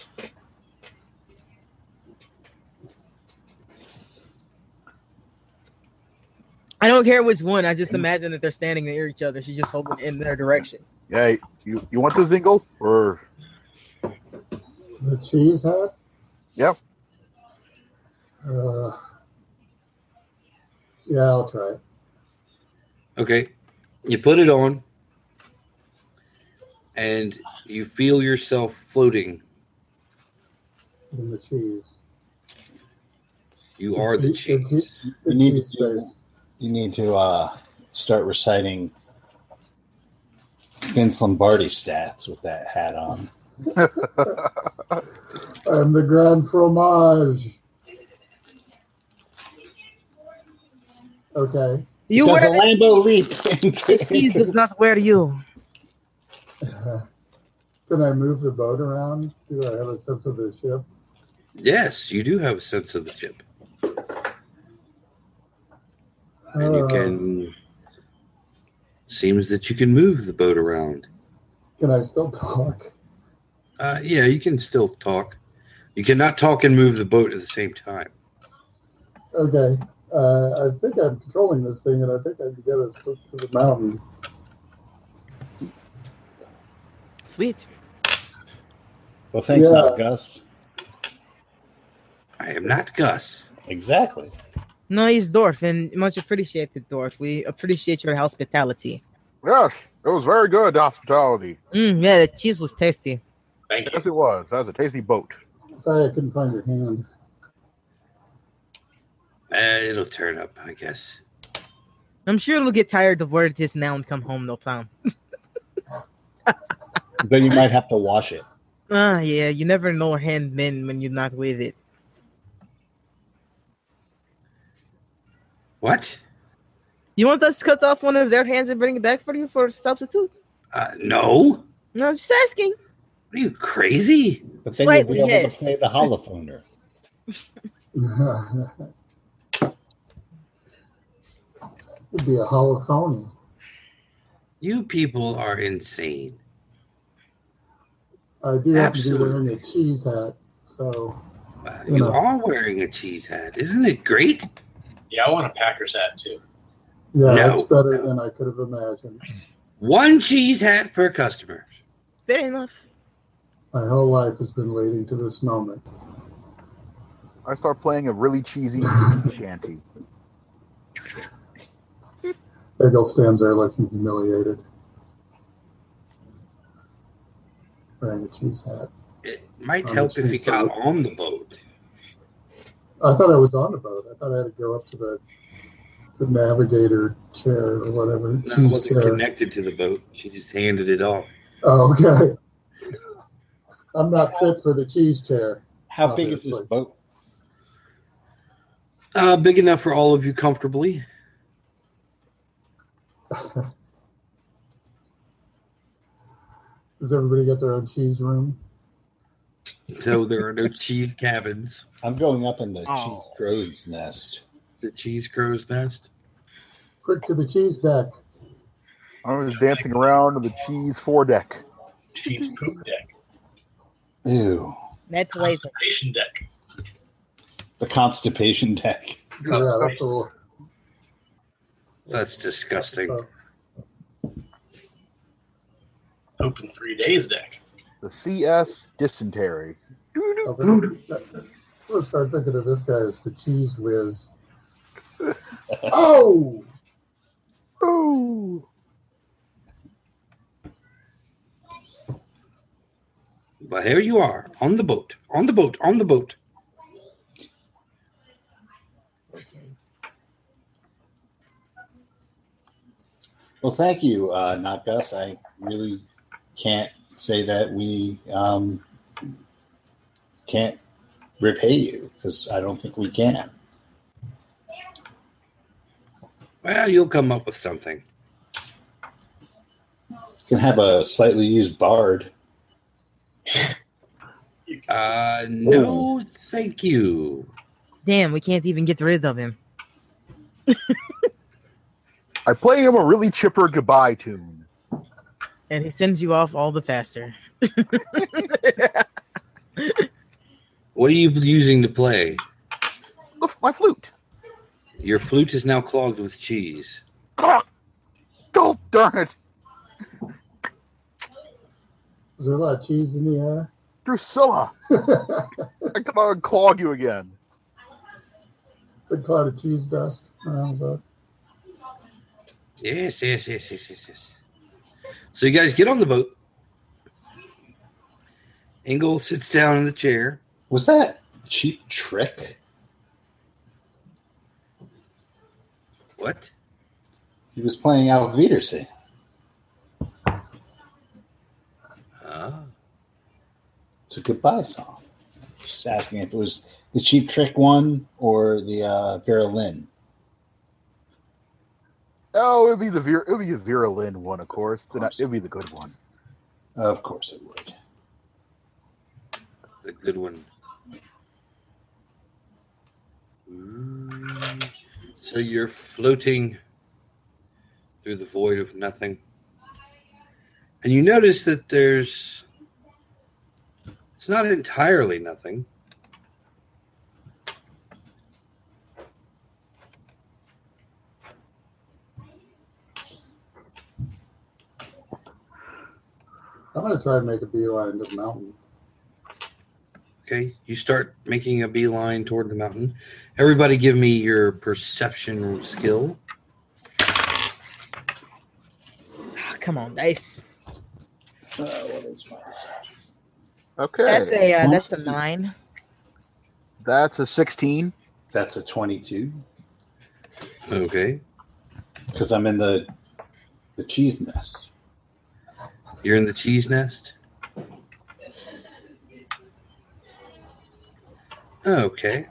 C: I don't care which one. I just imagine that they're standing near each other. She's just holding it in their direction.
D: Yeah, you, you want the zingle? Or
F: The cheese hat?
D: Yep.
F: Uh, Yeah, I'll try it.
B: Okay. You put it on and you feel yourself floating.
F: In the cheese.
B: You are the cheese.
F: The
A: You need
F: cheese
A: to-
F: base.
A: You need to uh, start reciting Vince Lombardi stats with that hat on.
F: I'm the grand fromage. Okay.
C: You
A: Does a
C: wear the
A: Lambo leap?
C: the cheese does
A: into-
C: not wear you.
F: Can I move the boat around? Do I have a sense of the ship?
B: Yes, you do have a sense of the chip. And you
F: Uh,
B: can. Seems that you can move the boat around.
F: Can I still talk?
B: Uh, yeah, you can still talk. You cannot talk and move the boat at the same time.
F: Okay. Uh, I think I'm controlling this thing, and I think I can get us to to the mountain.
C: Sweet.
A: well, thanks,
F: Yeah.
A: not Gus.
B: I am not Gus.
A: Exactly.
C: No, he's Dorf, and much appreciated, Dorf. We appreciate your hospitality.
D: yes, it was very good hospitality.
C: Mm, yeah, the cheese was tasty.
E: Thank you.
D: Yes, it was. That was a tasty boat.
F: Sorry, I couldn't find your hand.
B: Uh, it'll turn up, I guess.
C: I'm sure it'll get tired of where it is now and come home, no problem.
A: Then you might have to wash it.
C: Ah, yeah, you never know hand men when you're not with it.
B: What?
C: You want us to cut off one of their hands and bring it back for you for a substitute?
B: Uh, no.
C: No, just asking.
B: Are you crazy?
A: But then you'll be
C: Slightly,
A: able
C: yes.
A: to play the holophoner.
F: It'd be a holophony.
B: You people are insane.
F: I do happen to be
B: Absolutely.
F: wearing a cheese hat, so
B: Uh, you
F: Yeah.
B: are wearing a cheese hat. Isn't it great?
E: Yeah, I want a Packers hat too.
F: yeah,
B: No.
F: it's better than I could have imagined.
B: One cheese hat per customer.
C: Fair enough.
F: My whole life has been leading to this moment.
D: I start playing a really cheesy sea shanty.
F: Bagel stands there looking humiliated. Wearing a cheese hat.
B: It might
F: Um,
B: help if you
F: cheese
B: got
F: boat.
B: on the boat.
F: I thought I was on the boat. I thought I had to go up to the the navigator chair or whatever.
B: No, it
F: cheese
B: wasn't
F: chair.
B: connected to the boat. She just handed it off.
F: Oh, okay. I'm not fit for the cheese chair.
A: How big is this
F: Obviously.
A: boat?
B: Uh, big enough for all of you comfortably.
F: Does everybody get their own cheese room?
B: So there are no cheese cabins.
A: I'm going up in the
C: Oh.
A: cheese crow's nest.
B: The cheese crow's nest.
F: Quick to the cheese deck.
D: I was dancing around on the cheese foredeck.
E: Cheese poop deck,
A: Ew.
E: Ah.
C: That's later.
E: constipation deck.
A: The constipation deck.
F: Yeah, that's a little.
B: That's disgusting.
F: Uh, Oh,
E: Poop in three days deck.
D: The CS dysentery.
F: I'll think- Let's start thinking of this guy as the cheese whiz. Oh!
D: Oh.
B: But here you are, on the boat, on the boat, on the boat.
A: Well, thank you, uh, not Gus. I really can't say that we um, can't repay you because I don't think we can.
B: Well, you'll come up with something.
A: We can have a slightly used bard.
B: Uh, no, thank you.
C: Damn, we can't even get rid of him.
D: I play him a really chipper goodbye tune.
C: And he sends you off all the faster.
B: What are you using to play?
D: The, my flute.
B: Your flute is now clogged with cheese.
D: Ah! Oh, darn it.
F: Is there a lot of cheese in the air?
D: Drusilla, I cannot unclog you again.
F: Big cloud of cheese dust. uh, around about.
B: Yes, yes, yes, yes, yes, yes. So you guys get on the boat. Engel sits down in the chair.
A: Was that cheap trick?
B: What?
A: He was playing Alf Wiedersehen.
B: Ah.
A: It's a goodbye song. Just asking if it was the cheap trick one or the uh, Vera Lynn.
D: Oh, it'd be the Vera, it'd be a Vera Lynn one, of course. Then I- it'd be the good one.
A: Of course it would.
B: the good one. Ooh. Mm. So you're floating through the void of nothing. And you notice that there's. It's not entirely nothing.
F: I'm going to try and make a beeline into the mountain.
B: Okay. You start making a beeline toward the mountain. Everybody give me your perception skill.
C: Ah, come on, dice.
A: Uh, what is my
D: Okay,
C: That's
D: that's a,
C: a uh, that's a nine.
D: sixteen.
A: That's a 22
B: Okay.
A: because I'm in the the cheese nest.
B: You're in the cheese nest. Okay.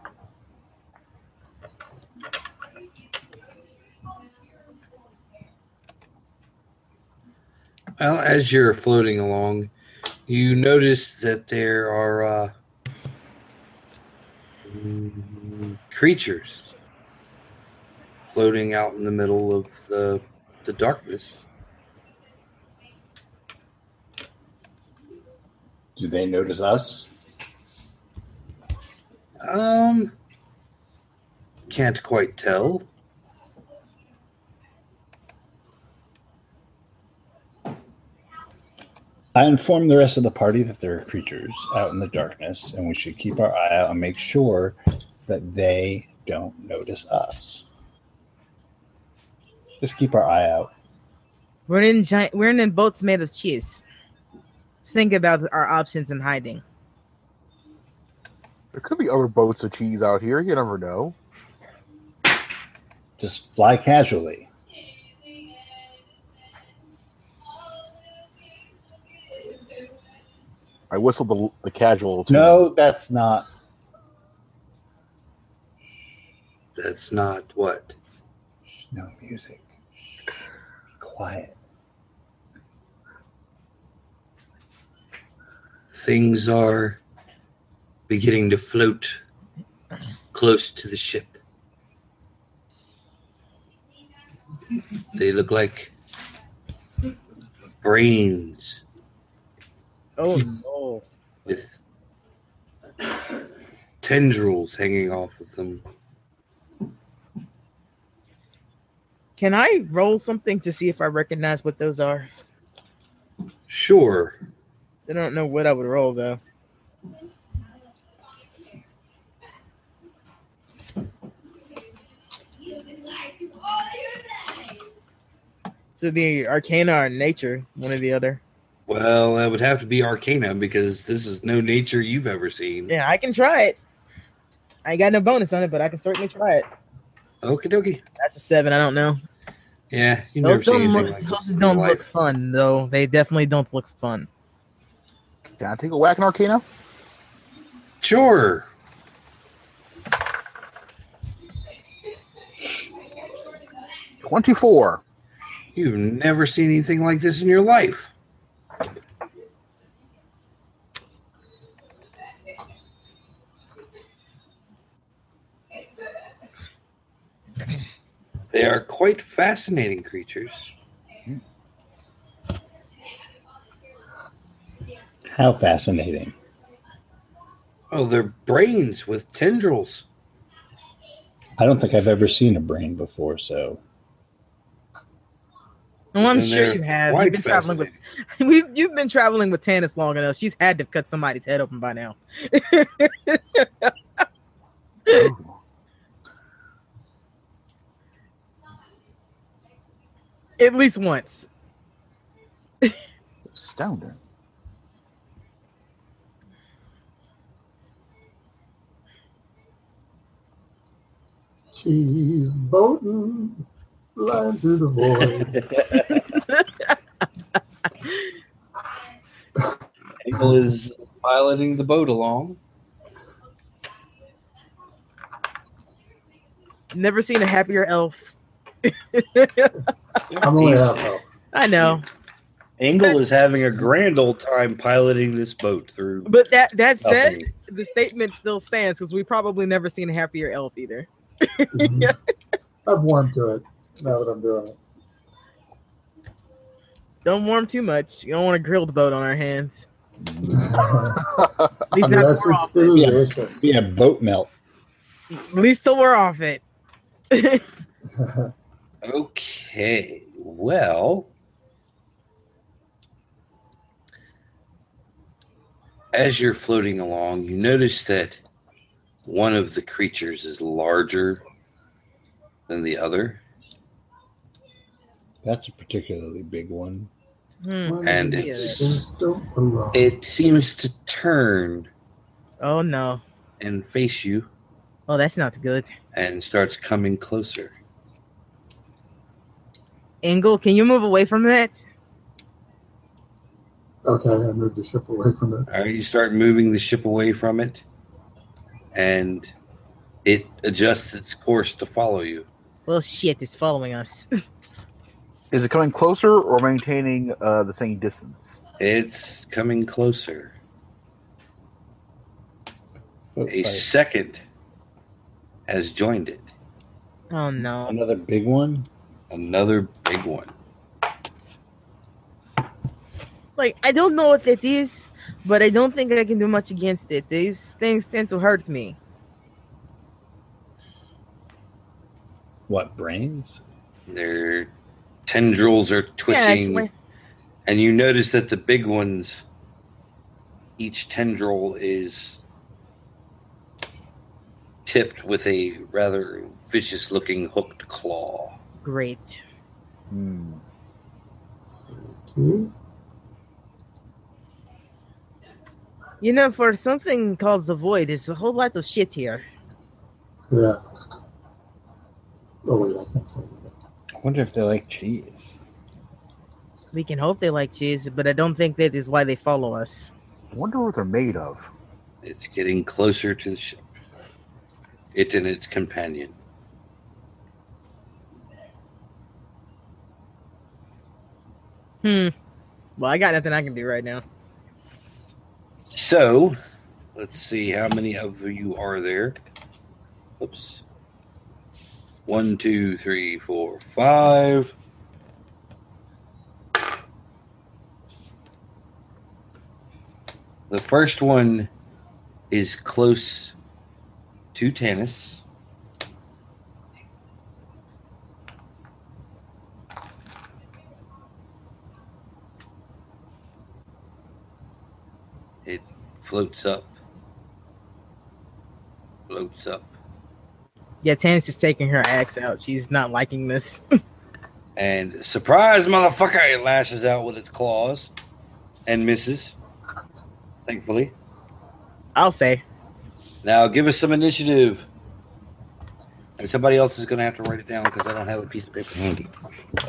B: Well, as you're floating along, you notice that there are uh, mm, creatures floating out in the middle of the, the darkness.
A: Do they notice us?
B: Um, can't quite tell.
A: I inform the rest of the party that there are creatures out in the darkness, and we should keep our eye out and make sure that they don't notice us. Just keep our eye out.
C: We're in giant. We're in boats made of cheese. Let's think about our options in hiding.
D: There could be other boats of cheese out here. You never know.
A: Just fly casually.
D: I whistled the the casual. tune.
A: No, that's not.
B: That's not what.
A: No music. Quiet.
B: Things are beginning to float close to the ship. They look like brains
C: Oh no!
B: with tendrils hanging off of them.
C: Can I roll something to see if I recognize what those are?
B: Sure.
C: I don't know what I would roll though. To be arcana or nature, one or the other.
B: Well, that would have to be Arcana because this is no nature you've ever seen.
C: Yeah, I can try it. I ain't got no bonus on it, but I can certainly try it.
B: Okie dokie.
C: That's a seven. I don't know.
B: Yeah, you never
C: Those
B: see
C: don't
B: anything
C: look.
B: like this
C: those
B: in
C: don't
B: your
C: look
B: life.
C: fun, though. They definitely don't look fun.
D: Can I take a whack in Arcana?
B: Sure.
D: Twenty four.
B: You've never seen anything like this in your life. They are quite fascinating creatures.
A: How fascinating.
B: Oh, they're brains with tendrils.
A: I don't think I've ever seen a brain before, so
C: No, I'm
B: And
C: sure
B: they're
C: you have.
B: quite
C: You've been traveling with
B: fascinating.
C: we you've been traveling with Tannis long enough. She's had to cut somebody's head open by now.
D: Ooh.
C: at least once.
D: Astounding.
F: She's boating, flying through the void.
B: Michael is piloting the boat along.
C: Never seen a happier elf.
F: I'm only half elf.
C: I know,
B: Engel is having a grand old time piloting this boat through.
C: but that that said,
B: nothing.
C: the statement still stands because we probably never seen a happier elf either.
F: Mhm. I've warmed to it now that I'm doing it.
C: Don't warm too much. You don't want to grill the boat on our hands. At
F: I
C: least
F: mean,
C: not till
F: that's
C: we're off it.
F: delicious.
A: Yeah, boat melt.
C: At least till we're off it.
B: Okay, well, as you're floating along, you notice that one of the creatures is larger than the other,
A: That's a particularly big one.
C: Hmm.
B: and
C: Yeah.
B: it's-
F: Just don't belong.
B: it seems to turn
C: Oh no.
B: and face you
C: Oh, that's not good.
B: and starts coming closer.
C: Engel, can you move away from that?
F: Okay, I moved the ship away from it.
B: All right, you start moving the ship away from it, and it adjusts its course to follow you.
C: Well, shit, it's following us.
D: Is it coming closer or maintaining uh, the same distance?
B: It's coming closer.
A: Boat
B: A
A: fight.
B: second has joined it.
C: Oh no.
A: Another big one.
B: Another big one.
C: Like I don't know what it is, but I don't think I can do much against it. These things tend to hurt me.
A: What brains?
B: Their tendrils are
C: it's
B: twitching,
C: wi-
B: and you notice that the big ones, each tendril is tipped with a rather vicious looking hooked claw.
C: great.
D: Hmm.
F: Okay.
C: You know, for something called the void, there's a whole lot of shit here.
F: Yeah. Oh wait, I can't say that.
A: I wonder if they like cheese.
C: We can hope they like cheese, but I don't think that is why they follow us.
D: I wonder what they're made of.
B: It's getting closer to the ship. It and its companion.
C: Hmm. Well, I got nothing I can do right now.
B: So, let's see how many of you are there. Oops. One, two, three, four, five. The first one is close to Tanis. It floats up. Floats up.
C: Yeah, Tan's is taking her axe out. She's not liking this.
B: And surprise, motherfucker! It lashes out with its claws and misses, thankfully.
C: I'll say.
B: Now give us some initiative. And somebody else is going to have to write it down because I don't have a piece of paper handy.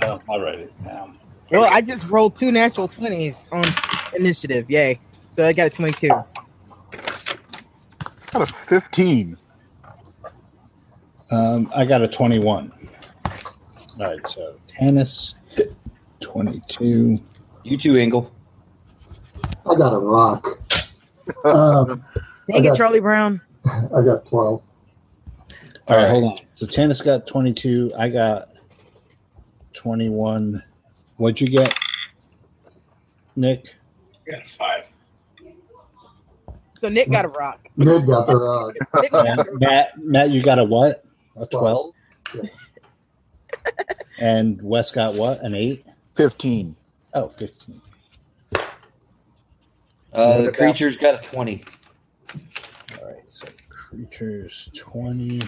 A: Well, I'll write Oh, it down.
C: Well, I just rolled two natural 20s on initiative. Yay. So I got a 22.
D: Got a 15.
A: Um, I got a 21. All right, so Tanis, 22.
B: You too, Engel.
F: I got a rock.
D: Uh,
F: Um,
C: Dang it,
F: Okay.
C: Charlie Brown.
F: I got twelve.
A: All right, hold on. So Tanis got 22. I got 21. What'd you get, Nick?
E: I got five.
C: So Nick got a rock.
F: Ned got the rock.
C: Nick got a
A: Matt, Matt, Matt, you got a what? A 12?
F: Yeah.
A: And Wes got what? An 8?
D: 15.
A: Oh, 15.
B: Uh, the creature's got a 20.
A: All right, so creatures 20,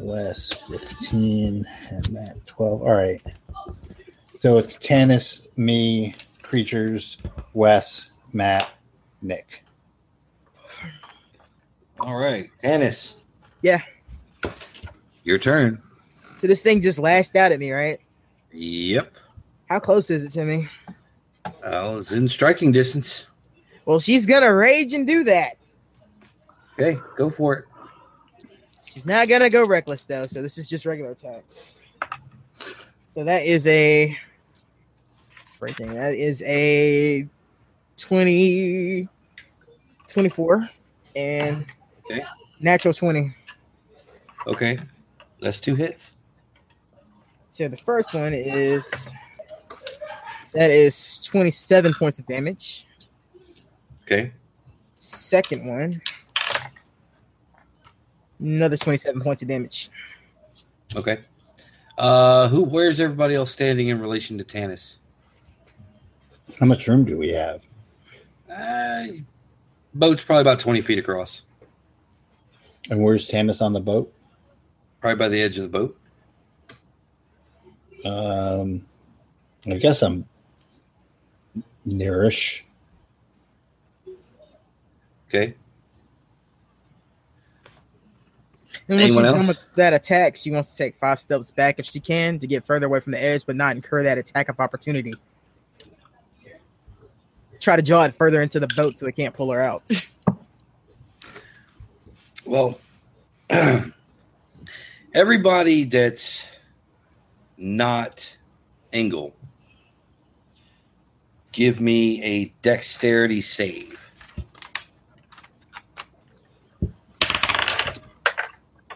A: less 15, and that 12. All right. So it's Tanis, me, creatures, Wes, Matt, Nick.
B: All right, Tanis.
C: Yeah.
B: Your turn.
C: So this thing just lashed out at me, right?
B: Yep.
C: How close is it to me?
B: Well, it's in striking distance.
C: Well, she's gonna rage and do that.
B: Okay, go for it.
C: She's not gonna go reckless though, so this is just regular attacks. So that is a breaking. That is a 20, 24 and
B: Okay.
C: natural twenty.
B: Okay, that's two hits.
C: So the first one is that is 27 points of damage.
B: Okay,
C: Second one, another 27 points of damage.
B: okay. Uh, who? Where's everybody else standing in relation to Tanis?
A: How much room do we have?
B: Uh, boat's probably about twenty feet across,
A: And where's Tanis on the boat?
B: probably by the edge of the boat.
A: Um, I guess I'm nearish.
B: Okay.
C: And when
B: Anyone
C: she's done
B: else?
C: with that attack, she wants to take five steps back if she can to get further away from the edge, but not incur that attack of opportunity. Try to jaw it further into the boat so it can't pull her out.
B: Well, everybody that's not Engel, give me a dexterity save.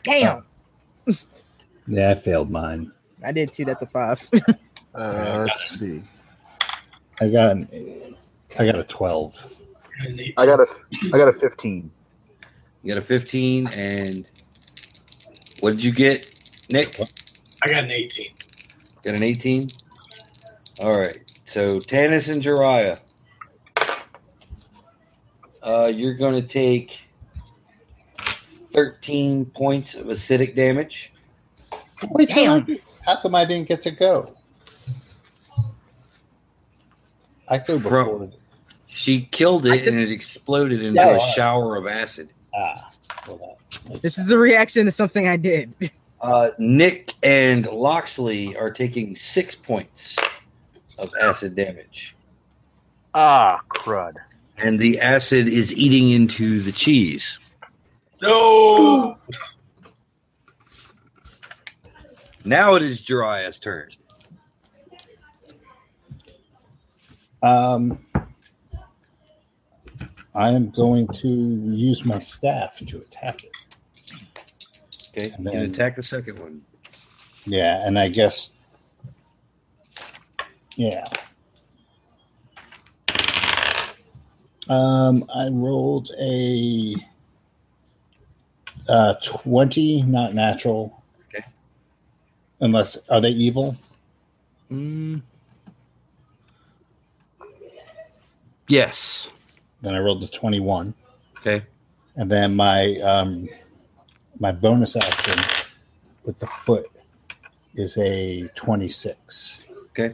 C: Damn!
A: Yeah, I failed mine.
C: I did too. That's a five.
D: Uh, let's see.
A: I got an, I got a twelve.
D: I got a, I got a 15.
B: You got a 15, and what did you get, Nick?
E: I got an 18.
B: Got an 18? All right. So, Tanis and Jariah, uh, you're going to take 13 points of acidic damage.
C: Damn.
A: How come I didn't get to go? I go before.
B: From- She killed it
C: I just-
B: and it exploded into
A: Yeah.
B: a shower of acid.
A: ah, well, that
C: This is a reaction to something I did.
B: Uh, Nick and Loxley are taking six points of acid damage.
D: Ah, crud.
B: And the acid is eating into the cheese.
E: No.
B: Now it is Jiraiya's turn.
A: Um, I am going to use my staff to attack it.
B: Okay.
A: And
B: And
A: then-
B: attack the second one.
A: Yeah, and I guess, yeah. Um, I rolled a uh, twenty, not natural.
B: Okay.
A: Unless are they evil?
B: Mm. Yes.
A: Then I rolled a twenty-one.
B: Okay.
A: and then my um, my bonus action with the foot is a twenty-six.
B: So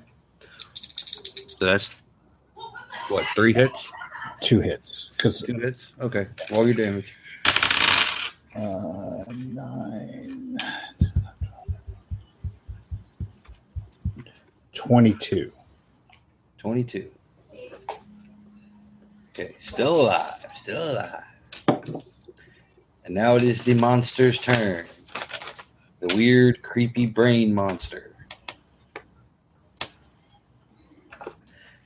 B: that's what, three hits?
A: Two hits because
B: Two hits? Okay. All your damage.
A: uh, nine. 22.
B: 22. Okay, still alive, still alive. And now it is the monster's turn. The weird, creepy brain monster.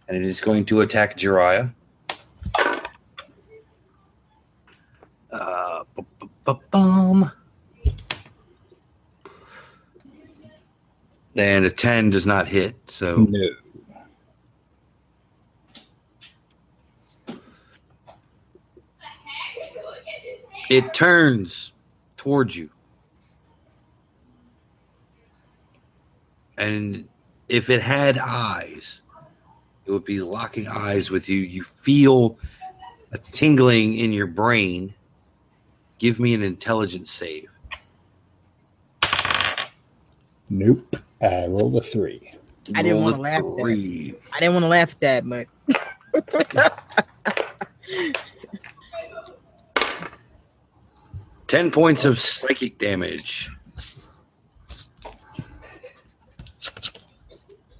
B: And it is going to attack Jiraiya. Uh, bu- bu- bu- bum. And a 10 does not hit, so.
A: No.
B: It turns towards you. And if it had eyes, it would be locking eyes with you. You feel a tingling in your brain. Give me an intelligence save.
A: Nope. I rolled a three.
C: I didn't
B: Roll
C: wanna
B: a
C: laugh at that.
B: three.
C: I didn't want to laugh at that, but
B: Ten points of psychic damage.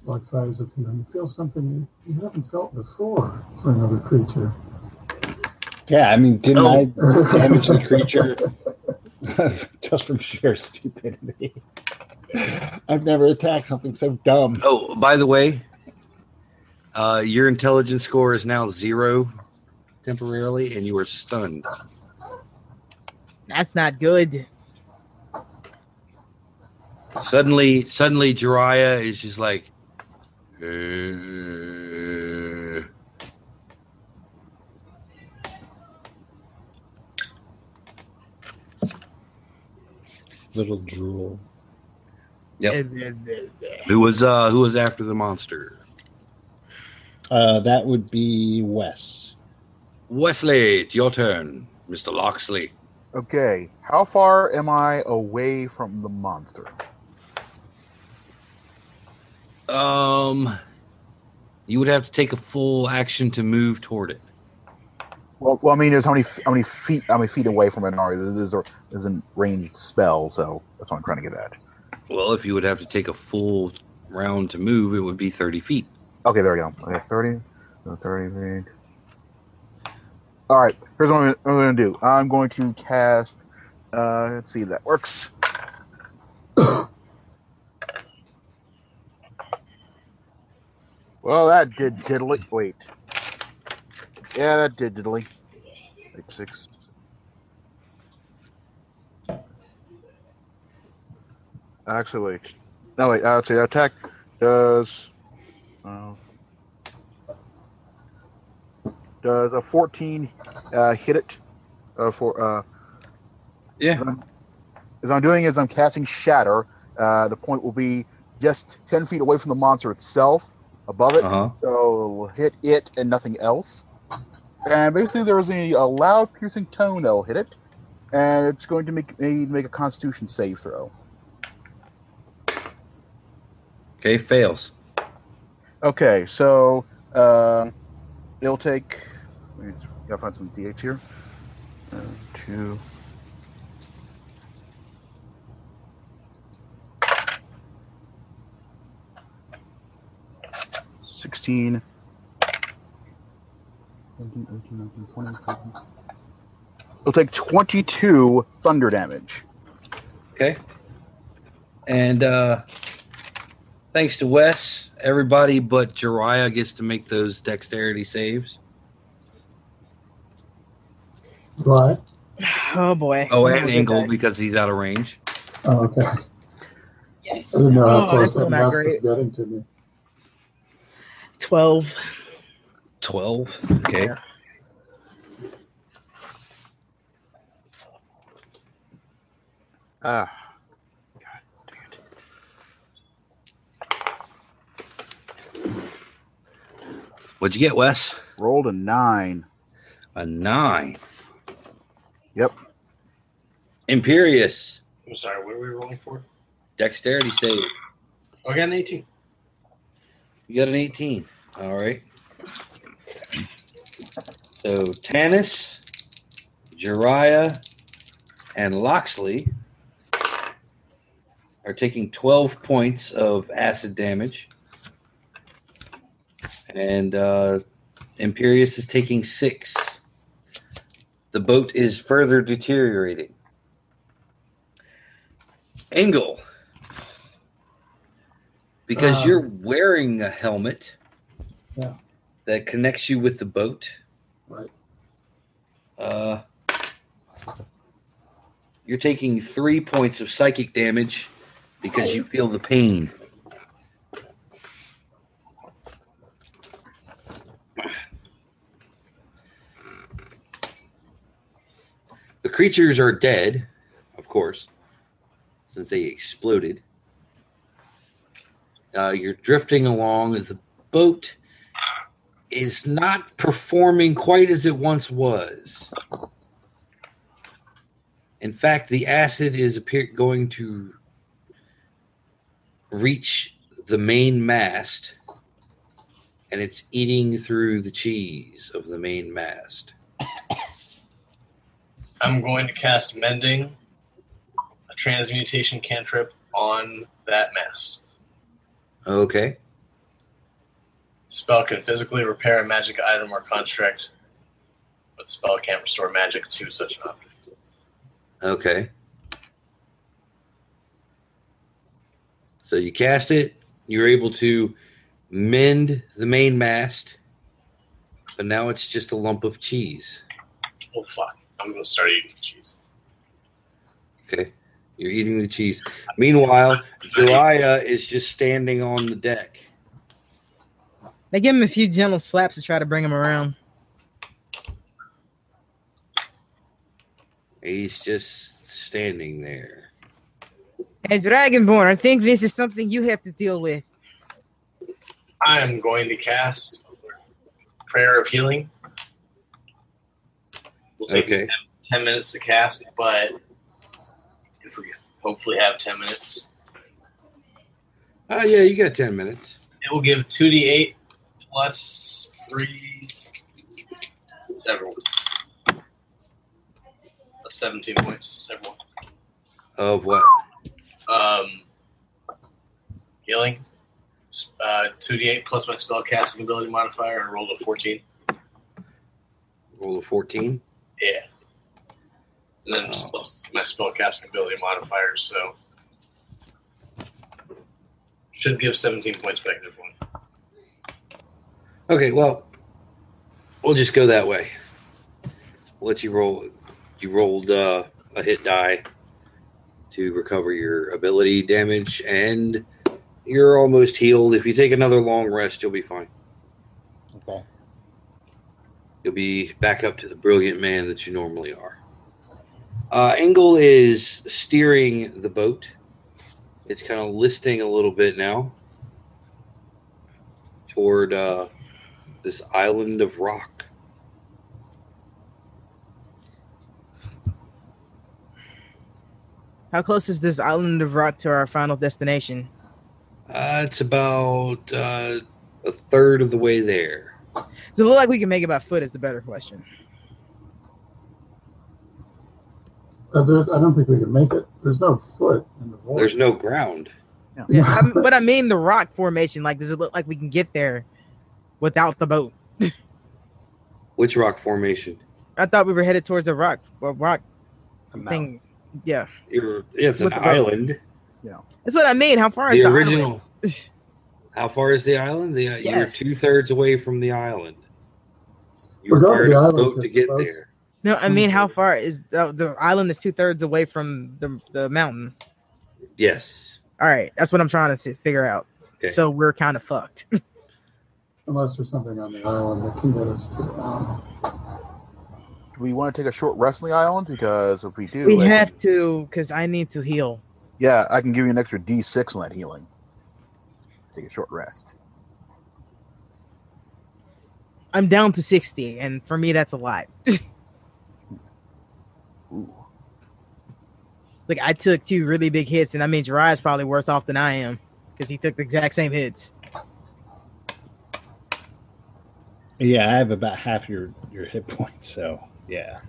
F: Like size of you know, you feel something you, you haven't felt before for another creature.
A: Yeah, I mean, didn't
B: Oh.
A: I damage the creature just from sheer stupidity? I've never attacked something so dumb.
B: Oh, by the way, uh, your intelligence score is now zero temporarily, and you are stunned.
C: that's not good.
B: Suddenly, suddenly, Jiraiya is just like, "Uh."
A: Little drool.
B: Yep. who was uh, who was after the monster?
A: Uh, that would be Wes.
B: Wesley, it's your turn, Mister Loxley.
D: Okay, how far am I away from the monster?
B: Um, you would have to take a full action to move toward it.
D: Well, well I mean, there's how many how many feet how many feet away from an area? This is a this is a ranged spell, so that's what I'm trying to get at.
B: Well, if you would have to take a full round to move, it would be thirty feet.
D: Okay, there we go. Okay, 30, so 30 feet. All right, here's what I'm, what I'm going to do. I'm going to cast. Uh, let's see if that works. well, that did diddly. Wait. Yeah, that did diddly. Like six. Actually, wait. No, wait. Actually, attack does. Uh, does a 14 uh, hit it? Uh, for uh,
B: Yeah.
D: as I'm doing is I'm casting Shatter. Uh, the point will be just 10 feet away from the monster itself, above it.
B: Uh huh.
D: So we'll hit it and nothing else. And basically, there's a, a loud, piercing tone that'll hit it, and it's going to make me make a Constitution save throw.
B: Okay, fails.
D: Okay, so uh, it'll take. let me- Gotta find some DH here. Uh, two. Sixteen. 17, 18, 19, 20, 21. It'll take twenty-two thunder damage.
B: Okay. And uh, thanks to Wes, everybody but Jiraiya gets to make those dexterity saves.
F: Right?
C: Oh boy.
B: Oh,
C: Oh,
B: and
C: good
B: Angle
C: dice.
B: because he's out of range.
F: Oh, okay. I
C: yes.
F: didn't know how
C: Oh,
F: close
C: that's
F: that
C: still not
F: mask was
C: great.
F: getting to me.
C: Twelve.
B: 12. Okay.
D: Ah.
B: What'd you get, Wes?
D: Rolled a nine.
B: A 9.
D: Yep.
B: Imperious.
E: I'm sorry, what are we rolling for?
B: Dexterity save.
E: Oh, I got an 18.
B: You got an 18. All right. So Tanis, Jiraiya, and Loxley are taking 12 points of acid damage. And uh, Imperius is taking six. The boat is further deteriorating. Engel, because
F: Um,
B: you're wearing a helmet
F: Yeah.
B: that connects you with the boat.
F: Right.
B: Uh, you're taking three points of psychic damage because you feel the pain. The creatures are dead, of course, since they exploded. Uh, you're drifting along. The boat is not performing quite as it once was. In fact, the acid is appear- going to reach the main mast, and it's eating through the cheese of the main mast.
E: I'm going to cast Mending, a transmutation cantrip, on that mast.
B: Okay.
E: Spell can physically repair a magic item or construct, but the spell can't restore magic to such an object.
B: Okay. So you cast it, you're able to mend the main mast, but now it's just a lump of cheese.
E: Oh fuck! I'm gonna start eating cheese.
B: Okay. You're eating the cheese. Meanwhile, Jariah is just standing on the deck.
C: They give him a few gentle slaps to try to bring him around.
B: He's just standing there.
C: Hey, Dragonborn, I think this is something you have to deal with.
E: I am going to cast Prayer of Healing. We'll take
B: Okay.
E: 10 minutes to cast, but if we hopefully have 10 minutes,
B: Oh, yeah, you got 10 minutes.
E: it will give 2d8 plus 3. Several. That's 17 points. Several.
B: Of what?
E: Um, healing. Uh, 2d8 plus my spell casting ability modifier. I rolled a 14.
B: Roll a 14?
E: Yeah. And then
B: Oh.
E: plus my spell casting ability modifier, so. Should give 17 points back to one.
B: Okay, well, we'll just go that way. We'll let you roll. You rolled uh, a hit die to recover your ability damage, and you're almost healed. If you take another long rest, you'll be fine.
A: Okay.
B: You'll be back up to the brilliant man that you normally are. Uh, Engel is steering the boat. It's kind of listing a little bit now toward uh, this island of rock.
C: How close is this island of rock to our final destination?
B: Uh, it's about uh, a third of the way there.
C: Does it look like we can make it by foot? Is the better question.
F: Uh, there, I don't think we can make it. There's no foot in the void.
B: There's no ground.
C: Yeah, I'm, but I mean the rock formation. Like, does it look like we can get there without the boat?
B: Which rock formation?
C: I thought we were headed towards a rock, a rock
A: I'm out.
C: thing. Yeah,
B: You're, it's an
F: With the boat.
B: island.
C: that's what I mean. How far is
B: The
C: the
B: original.
C: Island?
B: How far is the island? The, uh, You're
C: Yeah.
B: two thirds away from the island. You
F: We're going to
B: required
F: the
B: a
F: island
B: boat
F: because
B: to
F: the
B: get
F: boat's-
B: there.
C: No, I mean
B: Mm-hmm.
C: how far is the, the island is two thirds away from the the mountain.
B: Yes.
C: All right, that's what I'm trying to s- figure out.
B: Okay.
C: So we're kind of fucked.
F: Unless there's something on the island that can get us to um, the island.
D: Do we want to take a short rest on the island? Because if we do,
C: we
D: I can-
C: have to, because I need to heal.
D: yeah, I can give you an extra D6 on that healing. Take a short rest.
C: I'm down to sixty, and for me that's a lot.
D: Ooh.
C: Like I took two really big hits, and I mean Jiraiya's probably worse off than I am because he took the exact same hits.
A: Yeah, I have about half your your hit points, so yeah.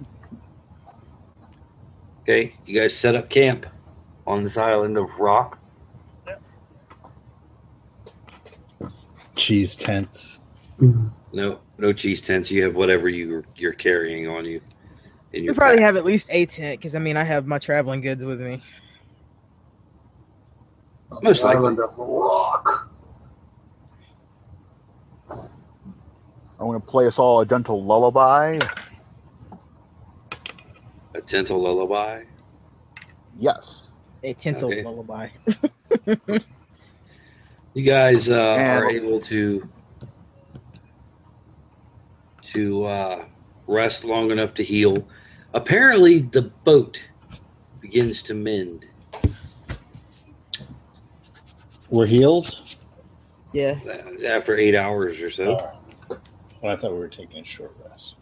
B: Okay. You guys set up camp on this island of rock.
A: Cheese tents.
B: No, no cheese tents. You have whatever you you're carrying on you. In
C: We
B: your
C: probably
B: pack.
C: have at least a tent because I mean I have my traveling goods with me.
F: On
B: Most
F: the
B: likely.
F: island of rock.
D: I'm going to play us all a gentle lullaby.
B: a gentle lullaby.
D: Yes.
C: A tent
B: Okay.
C: lullaby.
B: You guys uh, are
D: And-
B: able to to uh, rest long enough to heal. Apparently, the boat begins to mend.
A: We're healed.
C: Yeah.
B: uh, after eight hours or
D: Oh.
B: so.
A: Alright. Well, I thought we were taking a short rest.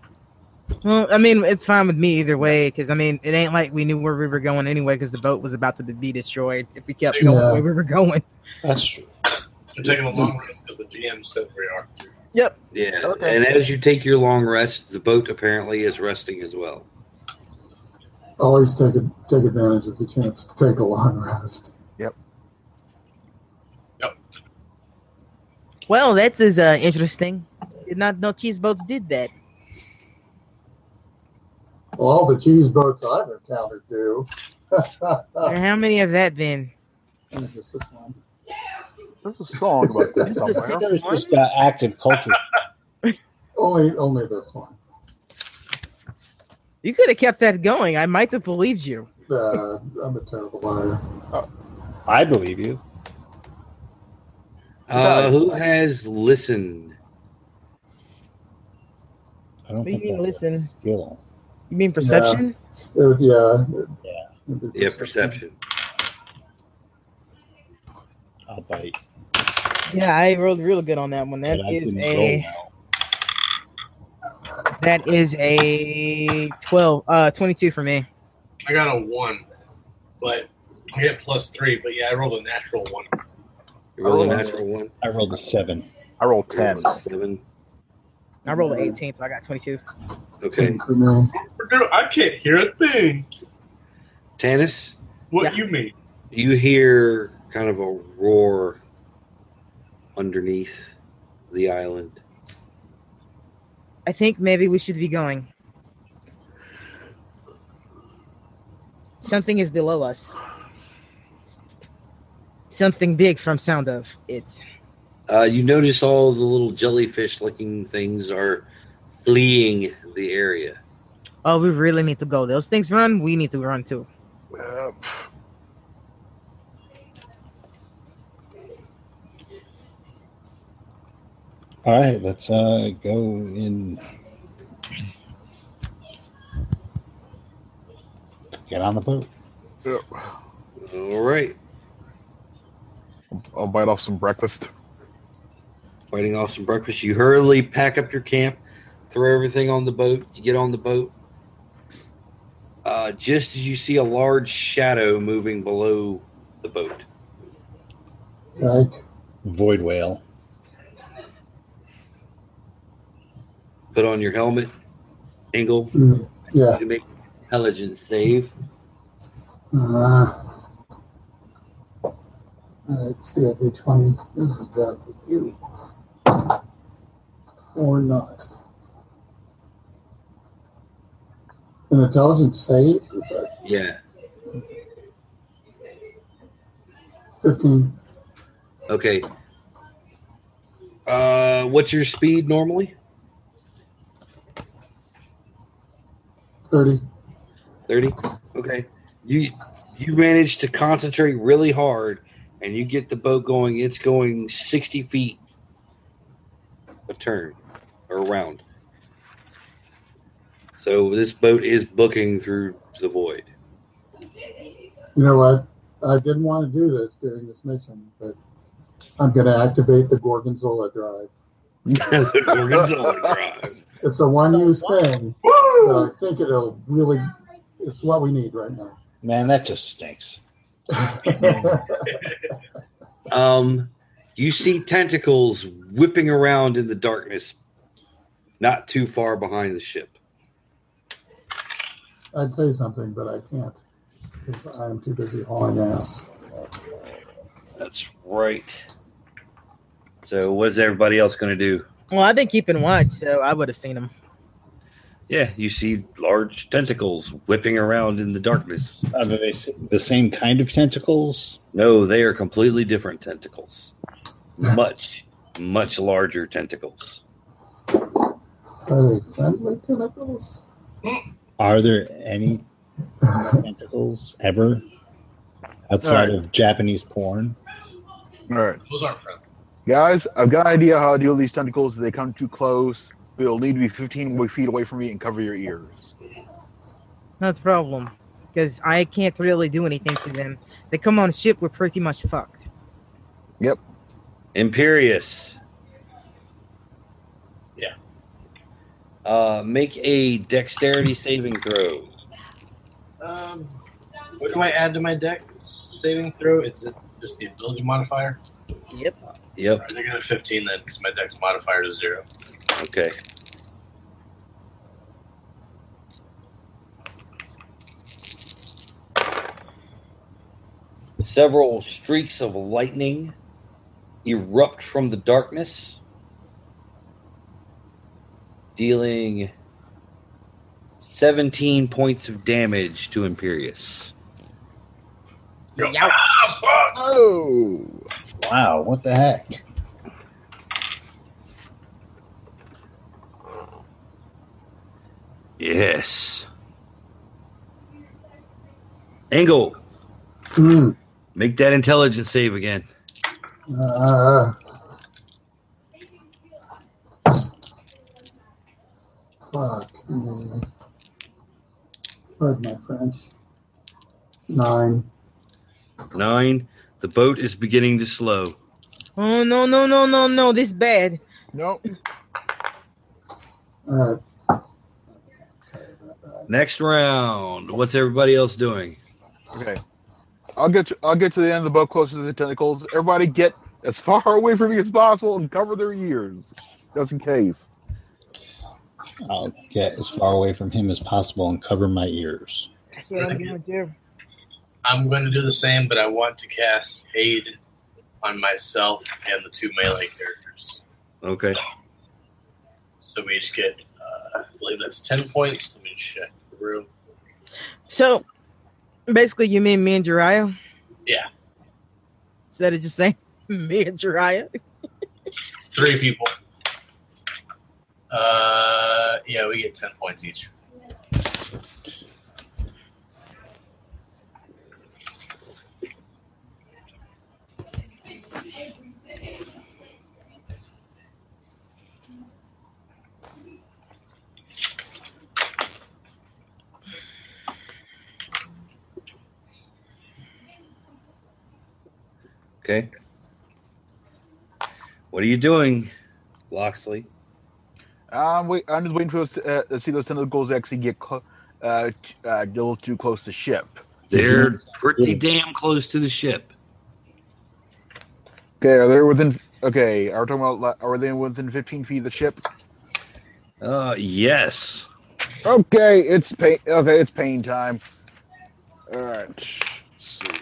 C: Well, I mean it's fine with me either way because I mean it ain't like we knew where we were going anyway because the boat was about to be destroyed if we kept going
F: Yeah.
C: the way we were going.
A: That's true.
E: We're taking a long rest because the GM said we are.
B: Yeah.
D: Okay.
B: And as you take your long rest, the boat apparently is resting as well.
F: Always take a, take advantage of the chance to take a long rest.
C: Well, that is uh, interesting. Did not know cheese boats did that.
F: Well, all the cheese boats I've encountered do.
A: Oh.
C: And how many have that been?
F: Just this one.
D: There's a song about that
C: It's the
D: somewhere.
C: sixth
A: It's
C: one?
A: just uh, active culture.
F: Only, only this one.
C: You could have kept that going. I might have believed you.
F: Uh, I'm a terrible liar.
A: I believe you.
B: Uh, who has listened?
A: I don't
C: What do you
A: think
C: mean,
A: that's a
C: listen?
A: skill.
C: You mean perception?
F: It would- yeah. it-
A: Yeah.
F: it'd be
B: Yeah, perception.
A: I'll bite.
C: Yeah, I rolled real good on that one. That
A: but I
C: is
A: didn't
C: a
A: roll well.
C: that is a 12 uh 22 for me.
E: I got a one, but I get plus three. But yeah, I rolled a natural one.
B: You roll
D: Oh,
B: a natural one.
A: I rolled a seven.
D: I rolled ten.
B: Seven.
C: I rolled an 18, so I got 22.
B: Okay.
F: For me.
E: Dude, I can't hear a thing.
B: Tanis,
E: What
C: Yeah.
E: you mean?
B: you hear kind of a roar underneath the island.
C: I think maybe we should be going. Something is below us. Something big from sound of it.
B: Uh, you notice all the little jellyfish looking things are fleeing the area.
C: Oh, we really need to go. Those things run, we need to run too.
D: Uh,
A: All right, let's uh, go in. Get on the boat.
D: yeah.
B: All right.
D: I'll bite off some breakfast.
B: Fighting off some breakfast. You hurriedly pack up your camp, throw everything on the boat. You get on the boat. Uh, just as you see a large shadow moving below the boat.
F: Like,
A: Void whale.
B: Put on your helmet, Ingle.
F: mm, yeah.
B: You make intelligence save.
F: Uh, let's see, I'd be 20. This is bad for you. Or not. An intelligence save? Is that
B: Yeah.
F: 15?
B: Okay. Uh, what's your speed normally?
F: 30?
B: 30 okay you you manage to concentrate really hard and you get the boat going it's going 60 feet a turn or around so this boat is booking through the void
F: You know what? I didn't want to do this during this mission, but I'm going to activate the Gorgonzola drive.
B: The Gorgonzola drive.
F: It's a one use thing, but I
E: Woo!
F: think it'll really, it's what we need right now.
A: Man, that just stinks.
B: um you see tentacles whipping around in the darkness not too far behind the ship
F: I'd say something, but I can't. 'cause I'm too busy hauling ass.
B: that's right so what is everybody else going to do
C: Well, I've been keeping watch, so I would have seen them.
B: Yeah, you see large tentacles whipping around in the darkness.
A: Are they s- the same kind of tentacles?
B: No, they are completely different tentacles. Much, much larger tentacles.
F: Are they friendly tentacles?
A: Are there any tentacles ever outside of Japanese porn?
D: All right,
E: Those aren't friendly.
D: guys. I've got an idea how to deal with these tentacles. If they come too close, you'll need to be 15 feet away from me and cover your ears.
C: Not a problem, because I can't really do anything to them. They come on ship, we're pretty much fucked.
B: Imperious.
E: Yeah.
B: Uh, make a dexterity saving throw.
E: Um, what do I add to my deck? Saving throw? Is it just the ability modifier?
C: Yep.
B: Yep.
E: Alright, they're gonna 15 then, because my deck's modifier is zero.
B: Okay. Several streaks of lightning erupt from the darkness, dealing 17 points of damage to Imperius.
E: Yo,
C: Yeah.
E: ah, fuck!
A: Oh, wow. What the heck?
B: Yes. Angle,
F: Hmm.
B: make that intelligence save again.
F: Uh, fuck me. Pardon my French. Nine.
B: Nine. The boat is beginning to slow.
C: Oh no no no no no! This bad.
D: Nope.
F: Uh,
B: Next round. What's everybody else doing?
D: Okay. I'll get to, I'll get to the end of the boat closer to the tentacles. Everybody get as far away from me as possible and cover their ears, just in case.
A: I'll get as far away from him as possible and cover my ears.
C: That's what I'm gonna do.
E: I'm going to do the same, but I want to cast aid on myself and the two melee characters.
B: Okay.
E: So we each get, uh, I believe that's 10 points. Let me check the room.
C: So, basically, you mean me and Jiraiya?
E: Yeah.
C: Instead of just saying me and Jiraiya.
E: Three people. Uh, yeah, we get 10 points each.
B: Okay. What are you doing, Loxley?
D: I'm wait, I'm just waiting for those uh, to see those tentacles actually get clo- uh, t- uh, a little too close to ship.
B: They're pretty damn close to the ship.
D: Okay, are they within? Okay, are we talking about? li- Are they within 15 feet of the ship?
B: Uh, yes.
D: Okay, it's pain. Okay, it's pain time. All right, let's see.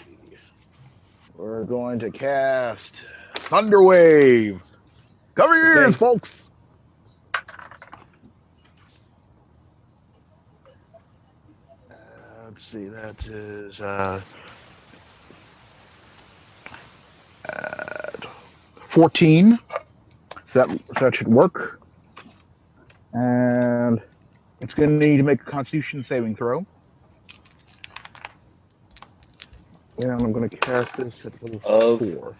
D: We're going to cast Thunder Wave. Cover your ears,
B: Okay.
D: folks. Uh, Let's see. That is uh, uh, fourteen. That that should work. And it's going to need to make a Constitution saving throw. And I'm going to cast this at level
B: Of?
D: four.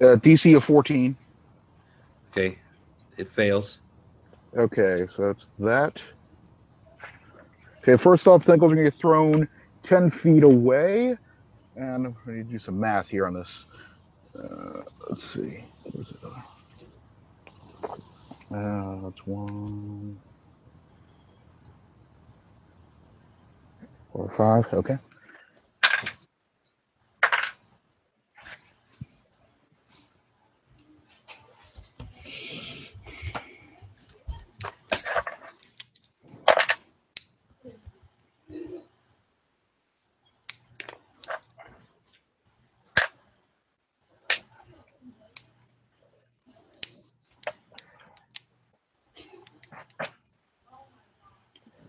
D: Uh, DC of 14.
B: Okay. It fails.
D: Okay, so that's that. Okay, first off, Tentacles are going to get thrown 10 feet away. And I'm going to do some math here on this. Uh, let's see. Where's the other? Uh, that's one. Four, five, okay.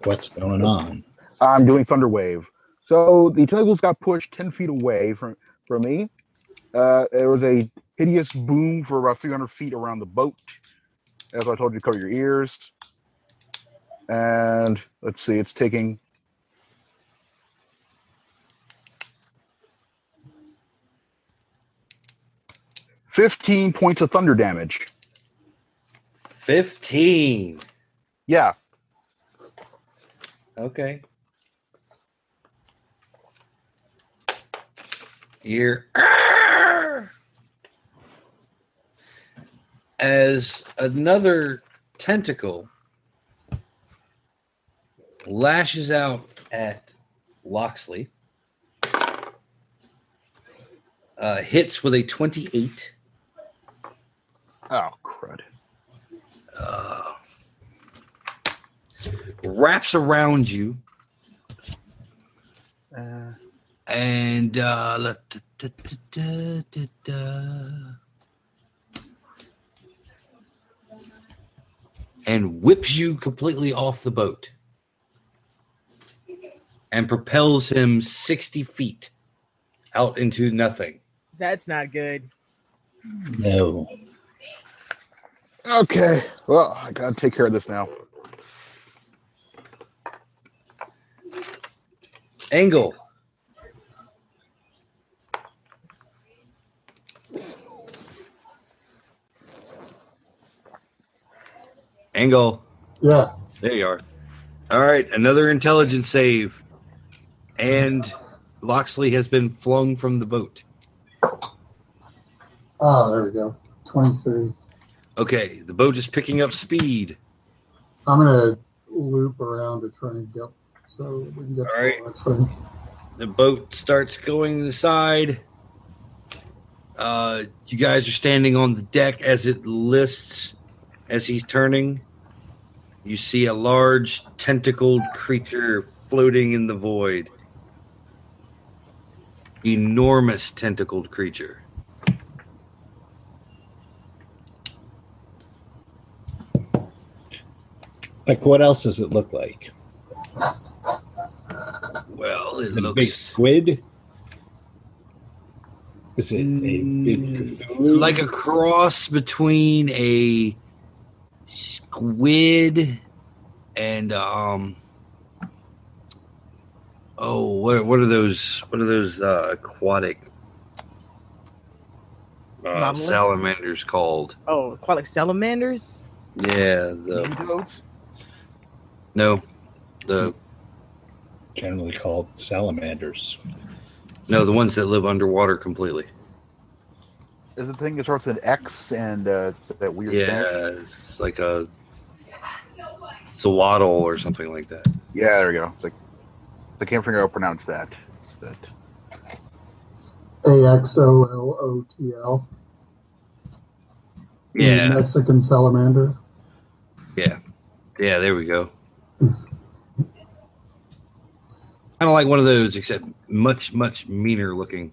A: What's going on?
D: I'm doing Thunder Wave. So the tentacles got pushed 10 feet away from, from me. Uh, there was a hideous boom for about 300 feet around the boat. As I told you, cover your ears. And let's see, it's taking. Fifteen points of thunder damage.
B: 15.
D: Yeah,
B: Okay. Here. As another tentacle lashes out at Loxley. Uh, hits with a 28.
D: Oh, crud.
B: uh, wraps around you
D: Uh,
B: and uh, la- da- da- da- da- da- da. and whips you completely off the boat and propels him 60 feet out into nothing.
C: That's not good.
A: No.
D: okay. Well, I gotta take care of this now.
B: Angle. Angle.
F: Yeah.
B: There you are. All right, another intelligence save. And Loxley has been flung from the boat.
F: Ah, there we go. 23.
B: Okay, the boat is picking up speed.
F: I'm going to loop around to try and get so we can get
B: All right.
F: to the next thing.
B: The boat starts going to the side. Uh, you guys are standing on the deck as it lists as he's turning. You see a large tentacled creature floating in the void. Enormous tentacled creature.
A: Like, what else does it look like?
B: Well, it
A: Is it a
B: looks
A: big squid? Is it a big
B: Mm,
A: Cthulhu?
B: like a cross between a squid and um oh what are, what are those what are those uh, aquatic uh,
C: Nautilus?
B: salamanders called
C: Oh, aquatic salamanders.
B: yeah the
D: Nematodes?
B: no the
A: generally called salamanders.
B: no the ones that live underwater completely
D: Is the thing that starts with an X and uh, it's that weird thing?
B: yeah it's like a swaddle or something like that
D: Yeah, there we go. It's like, I can't figure out how to pronounce that. It's that.
F: A-X-O-L-O-T-L.
B: yeah
F: Mexican salamander.
B: Yeah, there we go. kind of like one of those, except much, much meaner looking.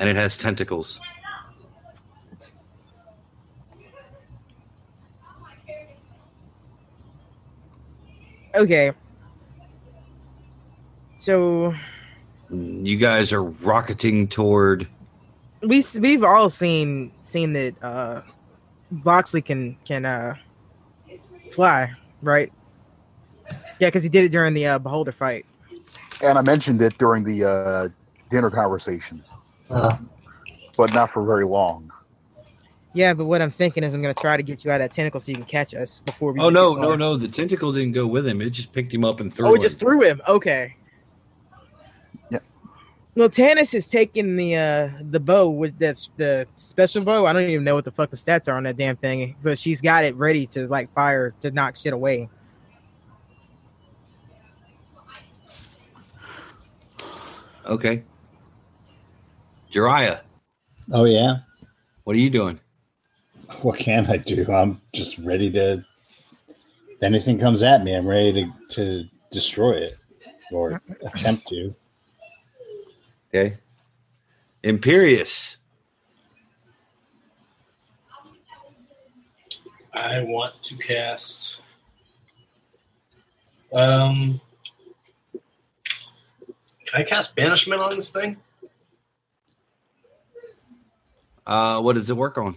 B: And it has tentacles.
C: Okay. So
B: You guys are rocketing toward.
C: we we've all seen seen that uh Boxley can can uh fly, right? Yeah, because he did it during the uh, Beholder fight.
D: And I mentioned it during the uh, dinner conversation,
F: Uh,
D: but not for very long.
C: Yeah, but what I'm thinking is I'm gonna try to get you out of that tentacle so you can catch us before we.
B: Oh,
C: get
B: no,
C: too
B: no,
C: far.
B: no. The tentacle didn't go with him. It just picked him up and threw
C: Oh, it
B: him.
C: just threw him. Okay.
D: Yeah.
C: Well, Tannis has taken the uh the bow with that's the special bow. I don't even know what the fuck the stats are on that damn thing, but she's got it ready to like fire to knock shit away.
B: Okay. Jariah,
A: Oh yeah.
B: what are you doing?
A: What can I do? I'm just ready to. If anything comes at me, I'm ready to to destroy it or attempt to.
B: Okay. Imperious.
E: I want to cast. Um, can I cast banishment on this thing?
B: Uh, what does it work on?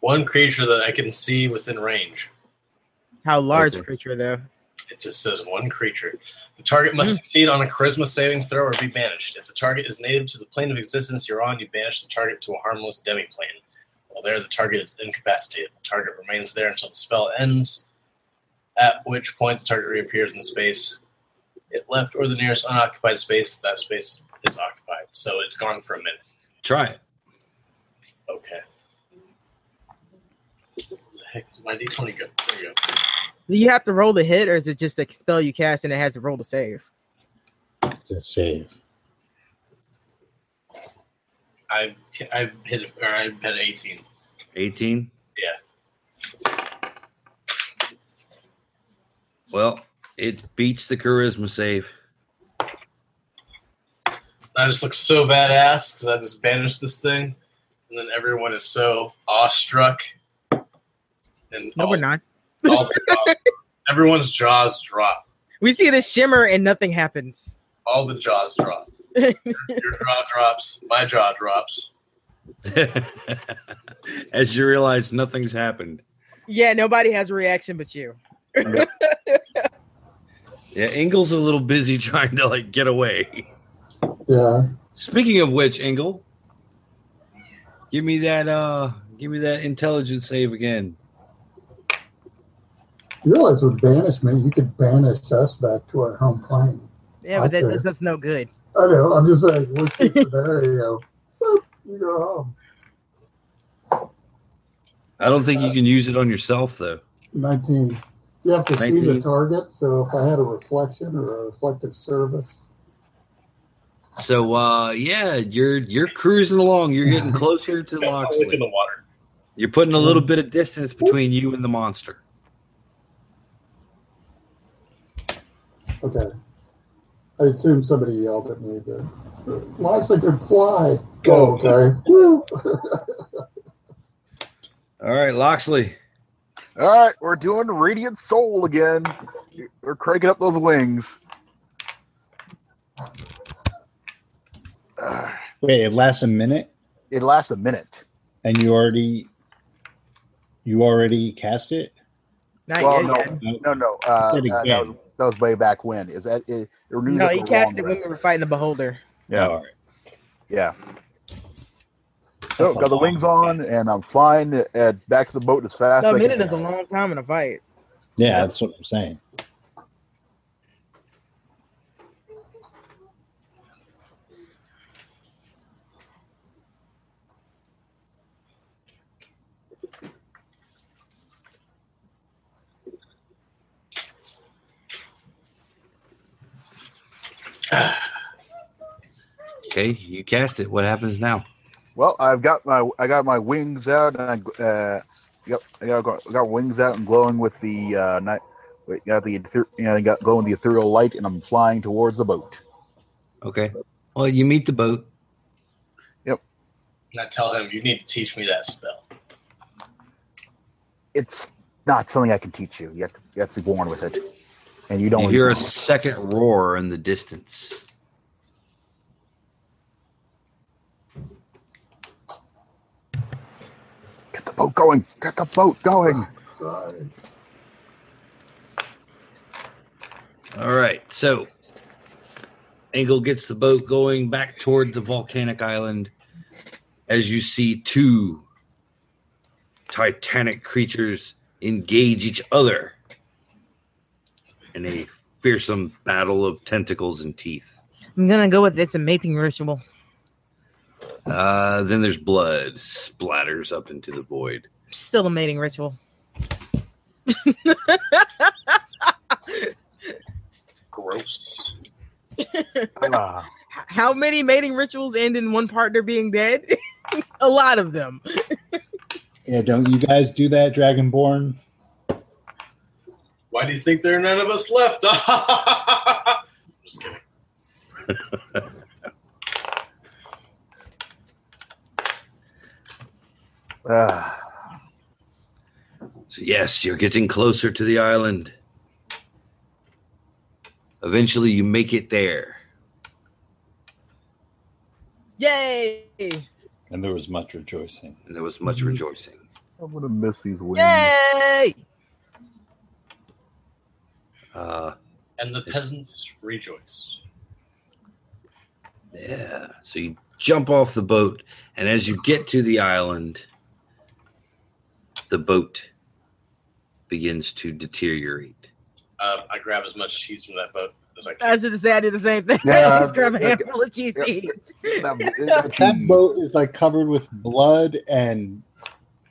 E: One creature that I can see within range.
C: How large
B: Okay.
C: creature though?
E: It just says one creature. The target must succeed on a charisma saving throw or be banished. If the target is native to the plane of existence you're on, you banish the target to a harmless demiplane. While there, the target is incapacitated. The target remains there until the spell ends, at which point the target reappears in the space it left or the nearest unoccupied space if that space is occupied. So it's gone for a minute.
B: Try it.
E: Okay. The heck, my d20 go. There you go.
C: Do you have to roll the hit, or is it just a spell you cast and it has to roll to save?
A: to save.
E: I've I've hit or I've hit eighteen.
B: 18?
E: Yeah.
B: Well, it beats the charisma save.
E: I just look so badass because I just banished this thing, and then everyone is so awestruck. And
C: No,
E: all-
D: Oh.
C: we're not.
E: all their jaws- everyone's jaws drop.
C: We see this shimmer and nothing happens.
E: All the jaws drop. Your jaw drops. My jaw drops.
B: As you realize nothing's happened.
C: Yeah, nobody has a reaction but you.
B: Yeah, Engel's a little busy trying to like get away.
F: Yeah.
B: Speaking of which, Engel, give me that uh give me that intelligence save again.
F: You realize with banishment, you could banish us back to our home plane.
C: Yeah, but that
F: Okay.
C: does us no good.
F: I know. I'm just like, what's the scenario? Boop, you go home.
B: I don't think you can use it on yourself though.
F: 19. You have to see the
B: 19.
F: target. So if I had a reflection or a reflective service,
B: So uh yeah, you're you're cruising along. You're getting closer to
E: I'll look in the
B: Loxley.
E: water.
B: You're putting a little bit of distance between you and the monster.
F: okay. I assume somebody yelled at me that Loxley could fly.
E: Go.
F: okay. Woo.
B: All right, Loxley.
D: All right, we're doing Radiant Soul again. We're cranking up those wings. Ah,
A: Wait, it lasts a minute,
D: It lasts a minute.
A: and you already you already cast it.
C: Not
D: Well,
C: yet.
D: no, no, no. Uh, uh,
A: Did it
D: that,
A: again.
D: was, that was way back when. Is that it? it renews
C: no,
D: at
C: he
D: the
C: cast
D: long
C: it when we
D: rest.
C: were fighting the beholder.
D: Yeah.
A: All right.
D: Yeah. So
A: That's a
D: got the
A: long
D: wings on, and I'm flying at, back to the boat as fast.
C: No, a
D: as I
C: minute
D: can.
C: is a long time in a fight.
A: Yeah, that's what I'm saying.
B: Okay, you cast it. What happens now?
D: Well, I've got my I got my wings out, and I gl- uh, yep, I got, got, got wings out and glowing with the uh, night. wait, Got the ether- you know, I got glowing the ethereal light, and I'm flying towards the boat.
B: Okay. Well, you meet the boat.
E: And I tell him, "You need to teach me that spell."
D: It's not something I can teach you. You have to, you have to be born with it, and you don't.
B: You hear a second roar in the distance.
D: Get the boat going. Get the boat going.
F: Sorry.
B: All right. So Engel gets the boat going back toward the volcanic island as you see two titanic creatures engage each other in a fearsome battle of tentacles and teeth.
C: I'm gonna go with it's a mating ritual.
B: Uh, then there's blood splatters up into the void.
C: Still a mating ritual.
E: Gross.
D: Ah.
C: How many mating rituals end in one partner being dead? a lot of them.
A: Yeah, don't you guys do that, Dragonborn?
E: Why do you think there are none of us left? Just kidding.
D: Ah.
B: So yes, you're getting closer to the island. Eventually, you make it there.
C: Yay!
A: And there was much rejoicing.
B: and there was much
D: Mhm.
B: rejoicing.
D: I'm gonna miss these wings.
C: Yay!
B: Uh,
E: And the peasants rejoiced.
B: yeah. So you jump off the boat, and as you get to the island, the boat begins to deteriorate.
E: Uh, I grab as much cheese from that boat as I
C: I
E: can.
C: was gonna say I did the same thing.
D: Yeah,
C: I just grabbed a
D: okay.
C: handful of cheese
D: Yeah.
C: seeds.
D: That,
A: That boat is like covered with blood and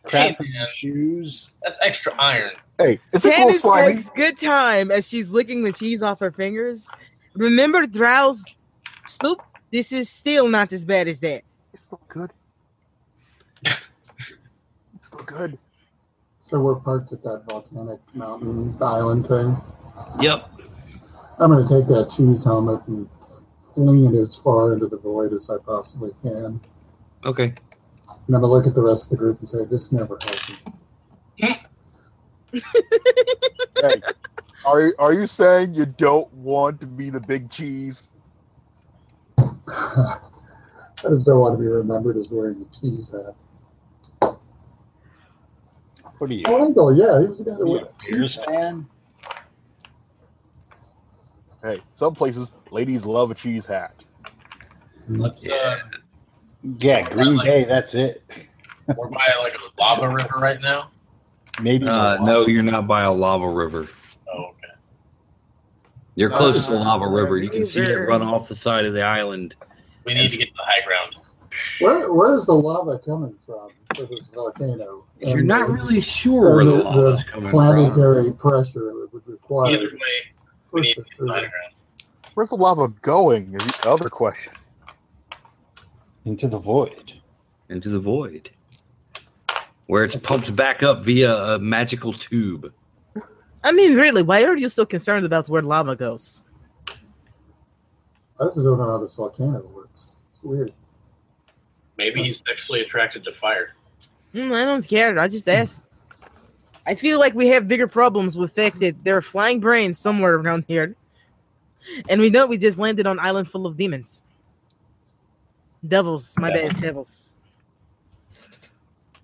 A: crap from
E: Hey,
A: your
E: man,
A: shoes.
E: that's extra iron.
D: Hey, it's a cool
C: Candace
D: slimy.
C: takes good time as she's licking the cheese off her fingers. Remember, Drow's sloop? This is still not as bad as that.
D: It's still good. It's still good.
F: So we're parked at that volcanic mountain island thing.
B: Yep.
F: I'm going to take that cheese helmet and fling it as far into the void as I possibly can.
B: Okay.
F: And I'm going to look at the rest of the group and say, this never happened.
D: Hey, are you- are you saying you don't want to be the big cheese?
F: I just don't want to be remembered as wearing a cheese hat.
A: What are you?
F: Oh, Engel, yeah, he was the guy that
A: Are you
F: wore
A: a Pierce fan?
D: Hey, some places ladies love a cheese hat.
E: Let's uh,
A: Yeah, Green Bay. That's it.
E: we're by like a lava river right now.
A: Maybe.
B: Uh, no, you're not by a lava river.
E: Oh, okay.
B: You're close to a
C: Uh,
B: lava river. You can see it
C: river.
B: run off the side of the island.
E: We need to get to the high ground.
F: Where, where's the lava coming from for this volcano?
B: You're
F: And
B: not
F: the
B: really sure where the
F: and Um, uh, the-
B: lava's coming from.
F: planetary pressure it would require.
E: Either way, we need to get to the high ground.
D: Where's the lava going? Is the other question.
A: Into the void.
B: Into the void. Where it's pumped back up via a magical tube.
C: I mean, really, why are you so concerned about where lava goes?
F: I just don't know how this volcano works. It's weird.
E: Maybe he's sexually attracted to fire.
C: Mm, I don't care. I just ask. I feel like we have bigger problems with the fact that there are flying brains somewhere around here. And we know we just landed on an island full of demons. Devils, my bad, devils.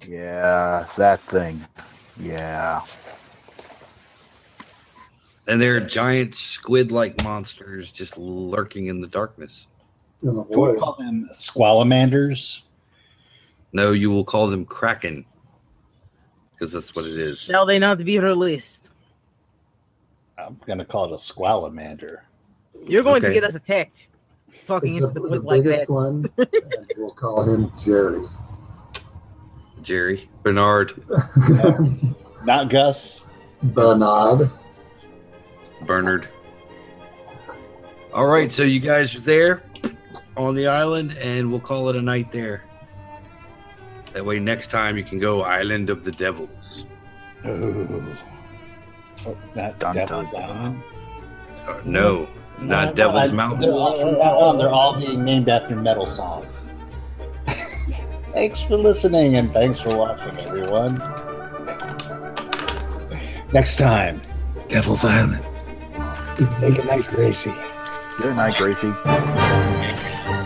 D: Yeah, that thing. Yeah.
B: And there are giant squid like monsters just lurking in the darkness.
F: In the
A: Can we
F: void.
A: call them squalamanders?
B: No, you will call them Kraken. Because that's what it is.
C: Shall they not be released?
A: I'm gonna call it a squalamander.
C: You're going
B: Okay.
C: to get us attacked. Talking
F: the,
C: into the
F: the
C: woods like
F: biggest
C: that.
F: one, and we'll call him Jerry.
B: Jerry. Bernard.
A: Not Gus.
F: Bernard.
B: Bernard. All right, so you guys are there on the island, and we'll call it a night there. That way, next time you can go Island of the Devils.
A: Ooh. Oh, not
D: Dun,
A: Devil's
D: dun, dun.
A: Island.
B: Uh, no, not
A: No, no,
B: Devil's
A: I-
B: Mountain.
A: They're all, from now on, they're all being named after metal songs. thanks for listening and thanks for watching, everyone. Next time, Devil's Island. Say goodnight, Gracie.
D: Good night, Gracie.
E: Maybe.